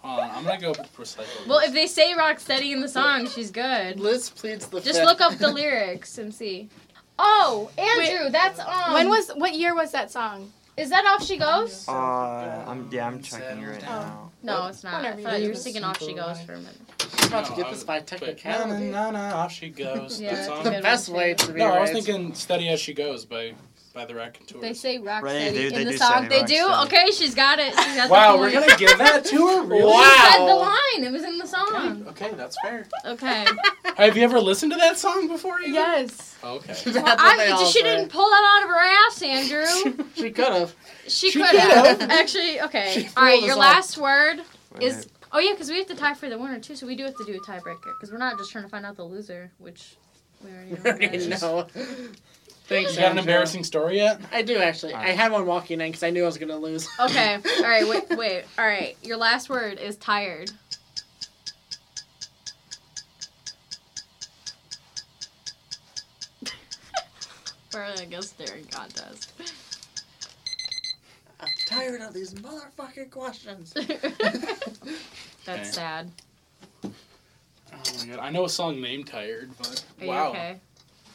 Speaker 6: Hold on, I'm gonna go with recycle.
Speaker 1: Well, if they say rock steady in the song, she's good.
Speaker 5: Liz pleads the
Speaker 1: Just
Speaker 5: fifth.
Speaker 1: look
Speaker 5: *laughs*
Speaker 1: up the lyrics and see. Oh, Andrew, that's um.
Speaker 2: when was what year was that song?
Speaker 1: Is that off she goes?
Speaker 3: Uh, I'm, yeah, I'm checking
Speaker 5: Oh.
Speaker 3: right
Speaker 6: Settle
Speaker 3: now.
Speaker 1: No, it's not. I
Speaker 2: Whenever
Speaker 1: thought
Speaker 2: you
Speaker 1: you were
Speaker 2: listen
Speaker 1: thinking off she
Speaker 6: to
Speaker 1: goes
Speaker 6: it.
Speaker 1: for a minute.
Speaker 5: I'm about to
Speaker 6: No,
Speaker 5: get
Speaker 6: I
Speaker 5: this
Speaker 6: was
Speaker 5: by
Speaker 6: quick. Na na
Speaker 5: technicality.
Speaker 6: na na, off she goes.
Speaker 1: Yeah,
Speaker 6: That
Speaker 1: that's a
Speaker 6: song.
Speaker 1: good
Speaker 5: The best way to be
Speaker 6: No, I was
Speaker 5: right.
Speaker 6: thinking Steady as She Goes by by the Raconteurs.
Speaker 1: They say rock
Speaker 3: Right,
Speaker 1: steady
Speaker 3: they
Speaker 1: in
Speaker 3: do- they
Speaker 1: the
Speaker 3: do
Speaker 1: song.
Speaker 3: say
Speaker 1: They
Speaker 3: rock
Speaker 1: do.
Speaker 3: steady.
Speaker 1: Okay, she's got it. She got the
Speaker 6: wow,
Speaker 1: point.
Speaker 6: we're gonna give
Speaker 1: *laughs*
Speaker 6: that to her. Really?
Speaker 1: She said the
Speaker 5: Wow.
Speaker 1: line. It was in the song.
Speaker 6: Okay, that's fair.
Speaker 1: Okay.
Speaker 6: Have you ever listened to that song before? Even?
Speaker 2: Yes.
Speaker 6: Okay.
Speaker 5: That's *laughs*
Speaker 1: Well,
Speaker 5: what they all
Speaker 1: I, she
Speaker 5: say.
Speaker 1: didn't pull that out of her ass, Andrew.
Speaker 5: She could have. *laughs*
Speaker 1: She,
Speaker 6: She
Speaker 1: could
Speaker 6: could
Speaker 1: have.
Speaker 6: have.
Speaker 1: Actually, okay.
Speaker 5: She
Speaker 1: All right,
Speaker 5: fooled
Speaker 1: your
Speaker 5: us all.
Speaker 1: last word
Speaker 3: Wait,
Speaker 1: is. Oh, yeah, because we have to tie for the winner, too, so we do have to do a tiebreaker. Because we're not just trying to find out the loser, which we already know. that is.
Speaker 5: no. Thanks,
Speaker 6: You got an
Speaker 5: Andrew.
Speaker 6: embarrassing story yet?
Speaker 5: I do actually. I had one walking in because I knew I was gonna lose. *laughs*
Speaker 1: Okay. All right, wait, wait. All right, your last word is *laughs* tired. Or I guess staring contest. *laughs*
Speaker 5: I'm tired of these motherfucking questions. *laughs*
Speaker 6: Okay.
Speaker 1: That's sad.
Speaker 6: Oh my god, I know a song named Tired, but
Speaker 1: Are
Speaker 6: wow.
Speaker 1: you okay?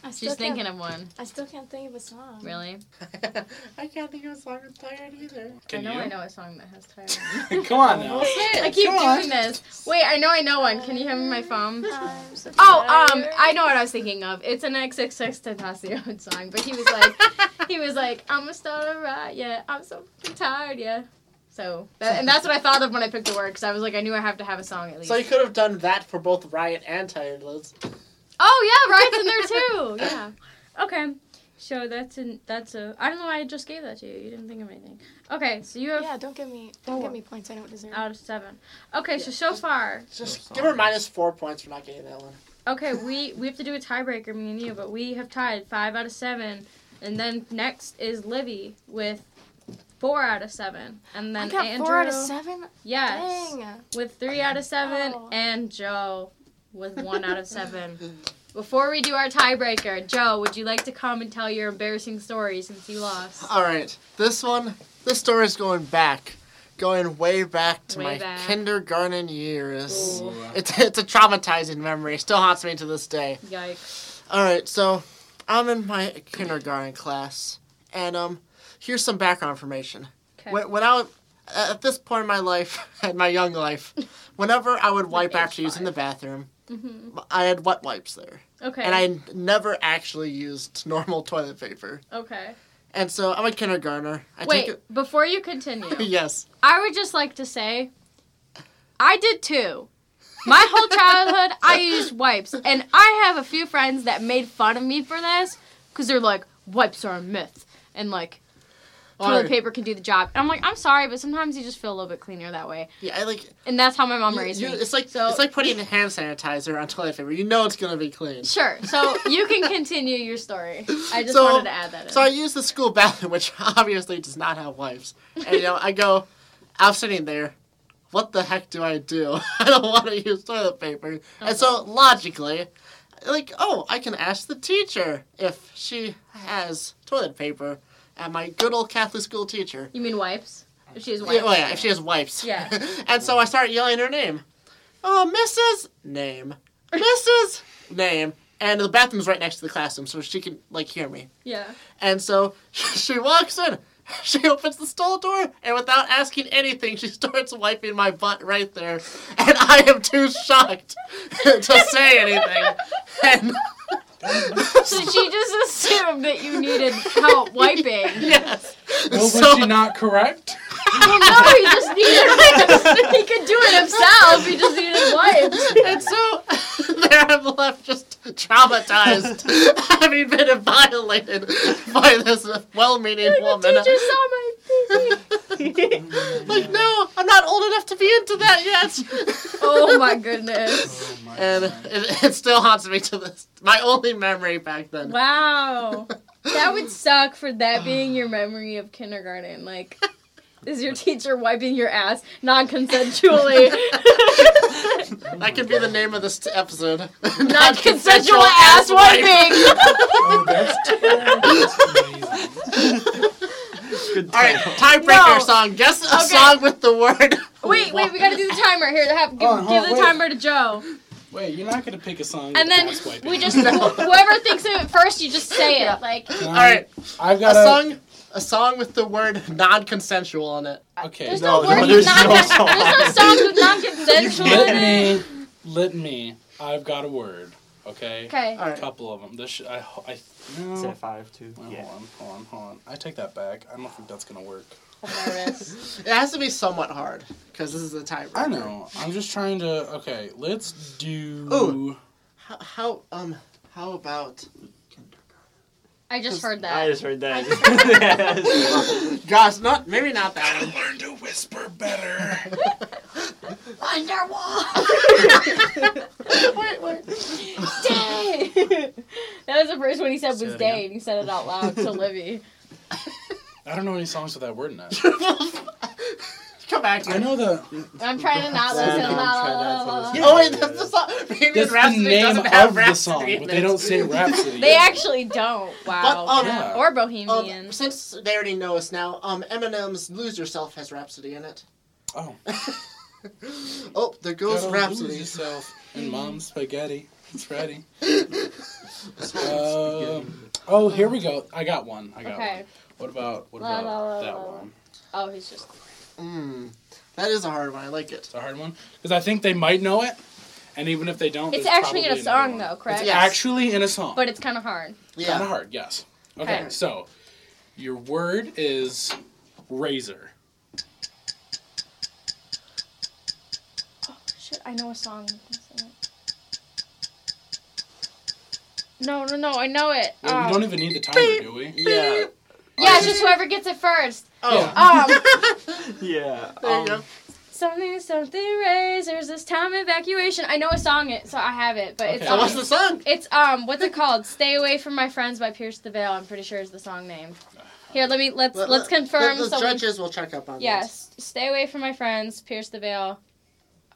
Speaker 2: I
Speaker 1: She's
Speaker 2: still
Speaker 1: thinking
Speaker 2: Can't,
Speaker 1: of one.
Speaker 2: I still can't think of a song.
Speaker 1: Really?
Speaker 5: I can't think of a song I'm tired either.
Speaker 1: I
Speaker 6: Can
Speaker 1: know
Speaker 6: you?
Speaker 1: I know a song that has tired.
Speaker 6: *laughs* Come on now.
Speaker 1: I keep
Speaker 6: Come on.
Speaker 1: doing this. Wait, I know I know one. Can you hand me my phone?
Speaker 2: I'm Um, so
Speaker 1: Oh, um,
Speaker 2: tired.
Speaker 1: I know what I was thinking of. It's an XXX Tentacion *laughs* song, but he was like, he was like, I'm a star, right? Yeah, I'm so fucking tired, yeah. So, that, and that's what I thought of when I picked the word, because I was like, I knew I have to have a song at least.
Speaker 5: So you could have done that for both Riot and Tired Liz.
Speaker 1: *laughs* oh yeah, Ryan's in there too. Yeah. Okay. So that's an that's a I don't know why I just gave that to you. You didn't think of anything. Okay, so you have
Speaker 2: Yeah, don't give me don't
Speaker 1: Oh.
Speaker 2: give me points I don't deserve.
Speaker 1: out of seven. Okay, so so far
Speaker 5: Just
Speaker 3: No
Speaker 5: give her
Speaker 3: song.
Speaker 5: minus four points for not getting that one.
Speaker 1: Okay, we we have to do a tiebreaker, me and you, but we have tied five out of seven, and then next is Livy with four out of seven, and
Speaker 2: I
Speaker 1: then
Speaker 2: got
Speaker 1: Andrew,
Speaker 2: four out of seven.
Speaker 1: yes,
Speaker 2: Dang.
Speaker 1: with three out of seven,
Speaker 2: Oh.
Speaker 1: and Joe with one out of seven. Before we do our tiebreaker, Joe, would you like to come and tell your embarrassing story since you lost?
Speaker 5: All right, this one, this story's going back, going way back to
Speaker 1: Way
Speaker 5: my
Speaker 1: back.
Speaker 5: kindergarten years.
Speaker 1: Ooh,
Speaker 5: It's it's a traumatizing memory. It Still haunts me to this day.
Speaker 1: yikes!
Speaker 5: All right, so I'm in my kindergarten class, and um, here's some background information.
Speaker 1: Okay.
Speaker 5: When, when I was, at this point in my life, *laughs* in my young life, whenever I would wipe after using the bathroom, I had wet wipes there,
Speaker 1: Mm-hmm. Okay.
Speaker 5: and I never actually used normal toilet paper.
Speaker 1: okay.
Speaker 5: And so I'm a kindergartner. I
Speaker 1: Wait,
Speaker 5: Take
Speaker 1: before you
Speaker 5: *laughs*
Speaker 1: continue.
Speaker 5: it, *laughs* yes.
Speaker 1: I would just like to say, I did too. My whole childhood, I used wipes, and I have a few friends that made fun of me for this because they're like, wipes are a myth, and like toilet
Speaker 5: Or-
Speaker 1: paper can do the job. And I'm like, I'm sorry, but sometimes you just feel a little bit cleaner that way,
Speaker 5: Yeah, I like.
Speaker 1: and that's how my mom
Speaker 5: you-
Speaker 1: raised
Speaker 5: you-
Speaker 1: me.
Speaker 5: it's like
Speaker 1: So-
Speaker 5: it's like putting hand sanitizer on toilet paper. You know it's gonna be clean.
Speaker 1: Sure, so you can continue your story. I just
Speaker 5: So-
Speaker 1: wanted to add that in.
Speaker 5: So I use the school *laughs* bathroom, which obviously does not have wipes. And you know, I go, I'm sitting there, what the heck do I do? *laughs* I don't want to use toilet paper. And
Speaker 1: Uh-huh.
Speaker 5: so logically, like, oh, I can ask the teacher if she has toilet paper. At my good old Catholic school teacher.
Speaker 1: You mean wipes? If she has wipes.
Speaker 5: Yeah, oh, well, yeah, if she has wipes.
Speaker 1: Yeah.
Speaker 5: *laughs* and so I start yelling her name. Oh, Mrs.
Speaker 1: *laughs*
Speaker 5: Name. Mrs. Name. And the bathroom's right next to the classroom, so she can, like, hear me.
Speaker 1: Yeah.
Speaker 5: And so *laughs* she walks in. *laughs* She opens the stall door, and without asking anything, she *laughs* starts wiping my butt right there. And I am too shocked *laughs* to say anything. And
Speaker 1: So she just *laughs* assumed that you needed help wiping.
Speaker 5: *laughs* yes.
Speaker 6: Well, Oh, was
Speaker 5: So-
Speaker 6: she not correct?
Speaker 1: Well, no, he *laughs* just
Speaker 5: *laughs*
Speaker 1: needed wipes. He could do it himself. He just needed wipes.
Speaker 5: And so *laughs* there I'm left just
Speaker 1: *laughs*
Speaker 5: traumatized, having been violated by this well meaning woman.
Speaker 1: Teacher saw my pee.
Speaker 5: *laughs* Like, no, I'm not old enough to be into that yet.
Speaker 1: *laughs* Oh my goodness.
Speaker 6: Oh
Speaker 5: *laughs*
Speaker 6: my
Speaker 5: And
Speaker 6: God.
Speaker 5: it, it still haunts me to this. My only memory back then. *laughs*
Speaker 1: Wow. That would suck for that being your memory of kindergarten. Like, is your teacher wiping your ass non *laughs* consensually?
Speaker 5: That could be the name of this t- episode. *laughs*
Speaker 1: non consensual ass *laughs* wiping!
Speaker 6: Oh, that's terrible. That's amazing.
Speaker 3: Good
Speaker 5: All right,
Speaker 3: title.
Speaker 5: tiebreaker
Speaker 1: No.
Speaker 5: song. Guess a
Speaker 1: Okay.
Speaker 5: song with the word.
Speaker 1: *laughs* Wait, wait, we gotta do the timer. Here, have, give,
Speaker 6: Hold on, hold
Speaker 1: give
Speaker 6: on,
Speaker 1: the
Speaker 6: wait.
Speaker 1: timer to Joe.
Speaker 6: Wait, you're not gonna pick a song.
Speaker 1: And
Speaker 6: with
Speaker 1: then
Speaker 6: ass wiping.
Speaker 1: we
Speaker 3: *laughs*
Speaker 1: just, wh- whoever thinks of it first, you just say it. Like,
Speaker 6: Can
Speaker 5: All
Speaker 6: I-
Speaker 5: right,
Speaker 6: I've
Speaker 5: a
Speaker 6: got a,
Speaker 5: song. A song with the word non-consensual on it.
Speaker 6: Okay.
Speaker 1: there's no,
Speaker 3: No,
Speaker 1: word
Speaker 3: no,
Speaker 1: with
Speaker 3: there's
Speaker 1: non
Speaker 3: no song.
Speaker 1: There's no songs
Speaker 3: *laughs*
Speaker 1: with non consensual in it.
Speaker 6: Let me. Let me. I've got a word. Okay.
Speaker 1: Okay.
Speaker 5: All
Speaker 6: A
Speaker 5: right.
Speaker 6: couple of them. This sh- I. ho- I no.
Speaker 3: Is that five, two?
Speaker 6: Well,
Speaker 3: Yeah.
Speaker 6: Hold on. Hold on. Hold on. I take that back. I don't think that's gonna work.
Speaker 5: It has to be somewhat hard because this is a tiebreaker.
Speaker 6: I know. I'm just trying to. Okay. Let's do.
Speaker 5: Ooh. How, how um how about
Speaker 1: I just heard that.
Speaker 3: I just heard *laughs* that.
Speaker 1: *laughs*
Speaker 3: Yes.
Speaker 5: Gosh, not maybe not that one. *laughs*
Speaker 6: Learn to whisper better.
Speaker 1: Wonderwall!
Speaker 5: wait, wait.
Speaker 1: Day! that was the first one he said
Speaker 6: Say
Speaker 1: was
Speaker 6: it again.
Speaker 1: day, and he said it out loud to Livy.
Speaker 6: I don't know any songs with that word in it.
Speaker 5: Come back.
Speaker 6: I know the.
Speaker 1: I'm trying to
Speaker 6: *laughs*
Speaker 1: not
Speaker 3: Sad
Speaker 1: listen. La,
Speaker 3: don't
Speaker 1: la,
Speaker 3: try
Speaker 1: la,
Speaker 3: that
Speaker 1: la, la.
Speaker 3: song.
Speaker 5: *laughs* Oh wait, that's the song. Bohemian
Speaker 6: That's the
Speaker 5: Rhapsody
Speaker 6: name
Speaker 5: doesn't have
Speaker 6: of the
Speaker 5: Rhapsody
Speaker 6: song,
Speaker 5: in
Speaker 6: but
Speaker 5: it.
Speaker 6: they don't say Rhapsody.
Speaker 1: They actually don't. Wow.
Speaker 5: But, um,
Speaker 6: Yeah.
Speaker 1: or
Speaker 5: Um,
Speaker 1: Bohemian.
Speaker 5: since they already know us now, um, Eminem's "Lose Yourself" has Rhapsody in it.
Speaker 6: Oh.
Speaker 5: *laughs* Oh, there goes
Speaker 6: Gotta lose
Speaker 5: Rhapsody.
Speaker 6: yourself in mom's spaghetti.
Speaker 5: *laughs*
Speaker 6: It's ready. *laughs* Um, oh, here we go. I got one. I got
Speaker 1: okay.
Speaker 6: one. What about what
Speaker 1: La,
Speaker 6: about
Speaker 1: la, la,
Speaker 6: that
Speaker 1: la, la.
Speaker 6: one?
Speaker 1: Oh, he's just.
Speaker 5: Mm, that is a hard one. I like it.
Speaker 6: It's a hard one because I think they might know it, and even if they don't,
Speaker 1: It's
Speaker 6: there's
Speaker 1: actually in a
Speaker 6: probably another
Speaker 1: song,
Speaker 6: one.
Speaker 1: though, correct?
Speaker 6: It's
Speaker 5: Yes.
Speaker 6: actually in a song,
Speaker 1: But it's kind of hard.
Speaker 5: Yeah.
Speaker 6: kind of hard. Yes. Okay,
Speaker 1: Okay.
Speaker 6: so your word is razor.
Speaker 1: Shit, I know a song. No, no, no, I know it.
Speaker 6: We
Speaker 1: Um,
Speaker 6: don't even need the timer, do we?
Speaker 5: Yeah.
Speaker 1: yeah, it's just whoever gets it first.
Speaker 5: Oh.
Speaker 1: Um,
Speaker 3: yeah.
Speaker 5: *laughs* There you
Speaker 6: *laughs*
Speaker 3: um,
Speaker 5: go.
Speaker 1: something, something, razors, this time evacuation. I know a song, it, so I have it, but it's.
Speaker 6: Okay.
Speaker 5: So
Speaker 1: Um,
Speaker 5: what's the song?
Speaker 1: It's um, what's it called? "Stay Away from My Friends" by Pierce the Veil. I'm pretty sure is the song name. Here, let me let's
Speaker 5: Let-
Speaker 1: let's
Speaker 5: let-
Speaker 1: confirm.
Speaker 5: The, the
Speaker 1: someone-
Speaker 5: judges will check up on this.
Speaker 1: Yes, "Stay Away from My Friends" Pierce the Veil.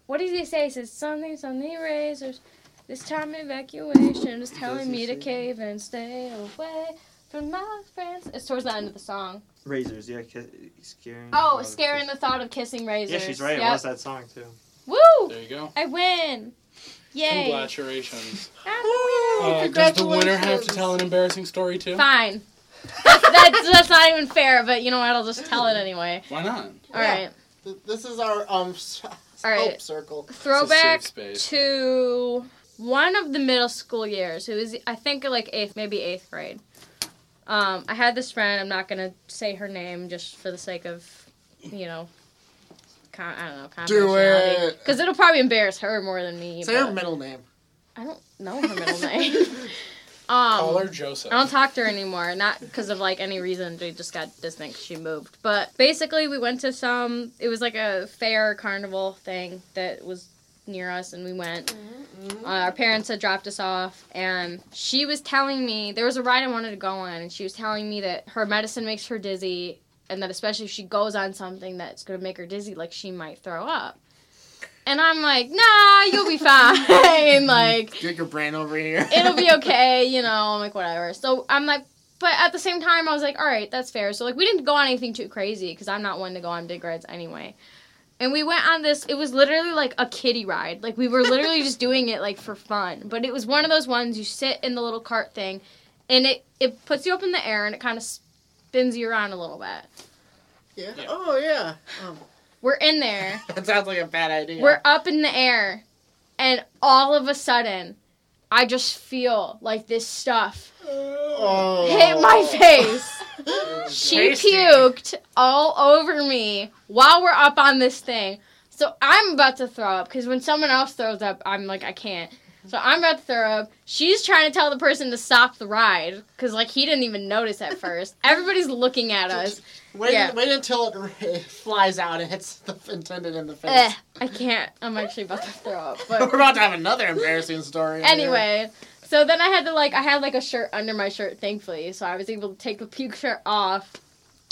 Speaker 1: What does he say? He says something, something razors. This time evacuation is telling
Speaker 3: Doesn't
Speaker 1: me to
Speaker 3: say.
Speaker 1: cave and stay away from my friends. It's towards the end of the song.
Speaker 3: Razors. Yeah. Ki- scaring.
Speaker 1: Oh,
Speaker 3: Love.
Speaker 1: scaring the thought of kissing razors.
Speaker 3: Yeah, she's right. It
Speaker 1: Yep.
Speaker 3: was that song too.
Speaker 1: Woo!
Speaker 6: There you go.
Speaker 1: I win! Yay! *laughs* Ah.
Speaker 6: Congratulations.
Speaker 1: I'm
Speaker 6: Uh, does the winner have to tell an embarrassing story too?
Speaker 1: Fine. That's,
Speaker 5: *laughs*
Speaker 1: that's, that's not even fair, but you know what? I'll just tell it anyway.
Speaker 6: Why not?
Speaker 1: All right.
Speaker 5: Th- This is our um s-
Speaker 1: right.
Speaker 5: hope circle.
Speaker 1: Throwback
Speaker 6: space.
Speaker 1: to one of the middle school years. It was, I think, like eighth, maybe eighth grade. Um, I had this friend. I'm not gonna say her name just for the sake of, you know, con- I don't know.
Speaker 5: Do it.
Speaker 1: Because it'll probably embarrass her more than me.
Speaker 5: Say her
Speaker 1: but
Speaker 5: middle name.
Speaker 1: I don't know her middle name. *laughs* um,
Speaker 6: Call her Joseph.
Speaker 1: I don't talk to her anymore. Not because of like any reason. We just got distant. 'cause she moved. But basically, we went to some. It was like a fair carnival thing that was near us, and we went. Uh, our parents had dropped us off, and she was telling me there was a ride I wanted to go on, and she was telling me that her medicine makes her dizzy, and that especially if she goes on something that's gonna make her dizzy, like she might throw up. And I'm like, nah, you'll be fine. *laughs* like,
Speaker 5: *laughs* Get your brain over here.
Speaker 1: it'll be okay, you know, I'm like whatever. So I'm like, but at the same time, I was like, all right, that's fair. So like, we didn't go on anything too crazy because I'm not one to go on big rides anyway. And we went on this. It was literally like a kiddie ride. Like we were literally just doing it like for fun. But it was one of those ones you sit in the little cart thing, and it it puts you up in the air and it kind of spins you around a little bit.
Speaker 5: *laughs* Yeah. Oh yeah. Um,
Speaker 1: We're in there.
Speaker 5: that sounds like a bad idea.
Speaker 1: We're up in the air, and all of a sudden, I just feel like this stuff
Speaker 5: oh.
Speaker 1: hit
Speaker 5: *laughs*
Speaker 1: my face. She
Speaker 5: Tasty.
Speaker 1: puked all over me while we're up on this thing. So I'm about to throw up because when someone else throws up, I'm like, I can't. So I'm about to throw up. She's trying to tell the person to stop the ride because, like, he didn't even notice at first. Everybody's looking at us.
Speaker 5: Wait,
Speaker 1: Yeah.
Speaker 5: wait until it r- flies out and hits the intended in the face.
Speaker 1: Eh, I can't. I'm actually about to throw up. But
Speaker 5: *laughs* We're about to have another embarrassing story. over here.
Speaker 1: anyway so then i had to like i had like a shirt under my shirt thankfully so i was able to take the puke shirt off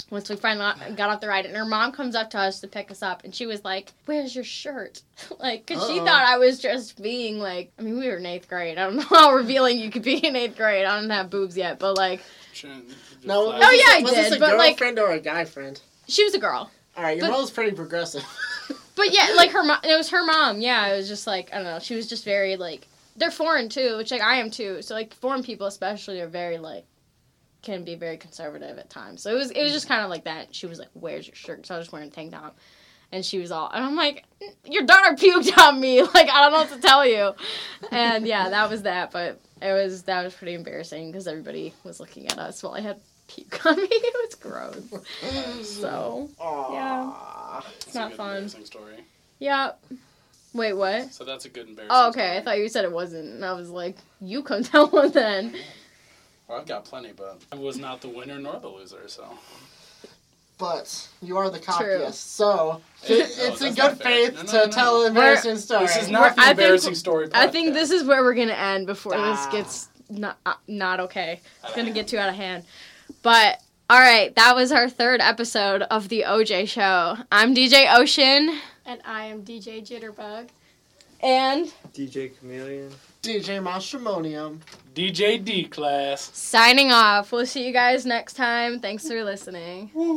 Speaker 1: once we finally got off the ride and her mom comes up to us to pick us up and she was like where's your shirt *laughs* like because she
Speaker 5: Uh-oh.
Speaker 1: thought i was just being like i mean we were in eighth grade i don't know *laughs* how revealing you could be in eighth grade i don't have boobs yet but like No,
Speaker 5: No, was this-
Speaker 1: Oh, yeah, I
Speaker 5: was this
Speaker 1: did,
Speaker 5: a
Speaker 1: but, like-
Speaker 5: girlfriend or a guy friend?
Speaker 1: she was a girl
Speaker 5: All right, your
Speaker 1: But-
Speaker 5: mom's pretty progressive. *laughs*
Speaker 1: but yeah like her mom it was her mom yeah it was just like i don't know she was just very like they're foreign too which like i am too so like foreign people especially are very like can be very conservative at times. So it was it was just kind of like that. She was like, "Where's your shirt?" So I was just wearing a tank top, and she was all, and I'm like, "Your daughter puked on me. *laughs* Like I don't know what to tell you." And yeah, that was that. But it was that was pretty embarrassing because everybody was looking at us while I had puke on me. *laughs* It was gross. So yeah, it's not fun.
Speaker 6: Story.
Speaker 1: Yeah. Wait, what?
Speaker 6: So that's a good embarrassing.
Speaker 1: Oh, okay. I
Speaker 6: story.
Speaker 1: thought you said it wasn't, and I was like, "You come *laughs* tell one then."
Speaker 6: Well, I've got plenty, but I was not the winner nor the loser, so.
Speaker 5: But you are the cockiest,
Speaker 1: True.
Speaker 5: so it,
Speaker 6: No,
Speaker 5: it's in
Speaker 6: oh, that's not
Speaker 5: good
Speaker 6: fair.
Speaker 5: faith
Speaker 6: No, no,
Speaker 5: to
Speaker 6: no.
Speaker 5: tell an embarrassing story.
Speaker 6: This is not the
Speaker 1: I think-
Speaker 6: embarrassing story. Podcast.
Speaker 1: I think this is where we're gonna end before this
Speaker 5: Ah.
Speaker 1: gets not uh, not okay. It's gonna get too out of hand. But all right, that was our third episode of the OJ Show. I'm DJ Ocean,
Speaker 2: And I am DJ Jitterbug.
Speaker 1: and
Speaker 3: DJ Chameleon.
Speaker 5: DJ Mastromonium.
Speaker 6: DJ D class.
Speaker 1: signing off. We'll see you guys next time. Thanks for listening.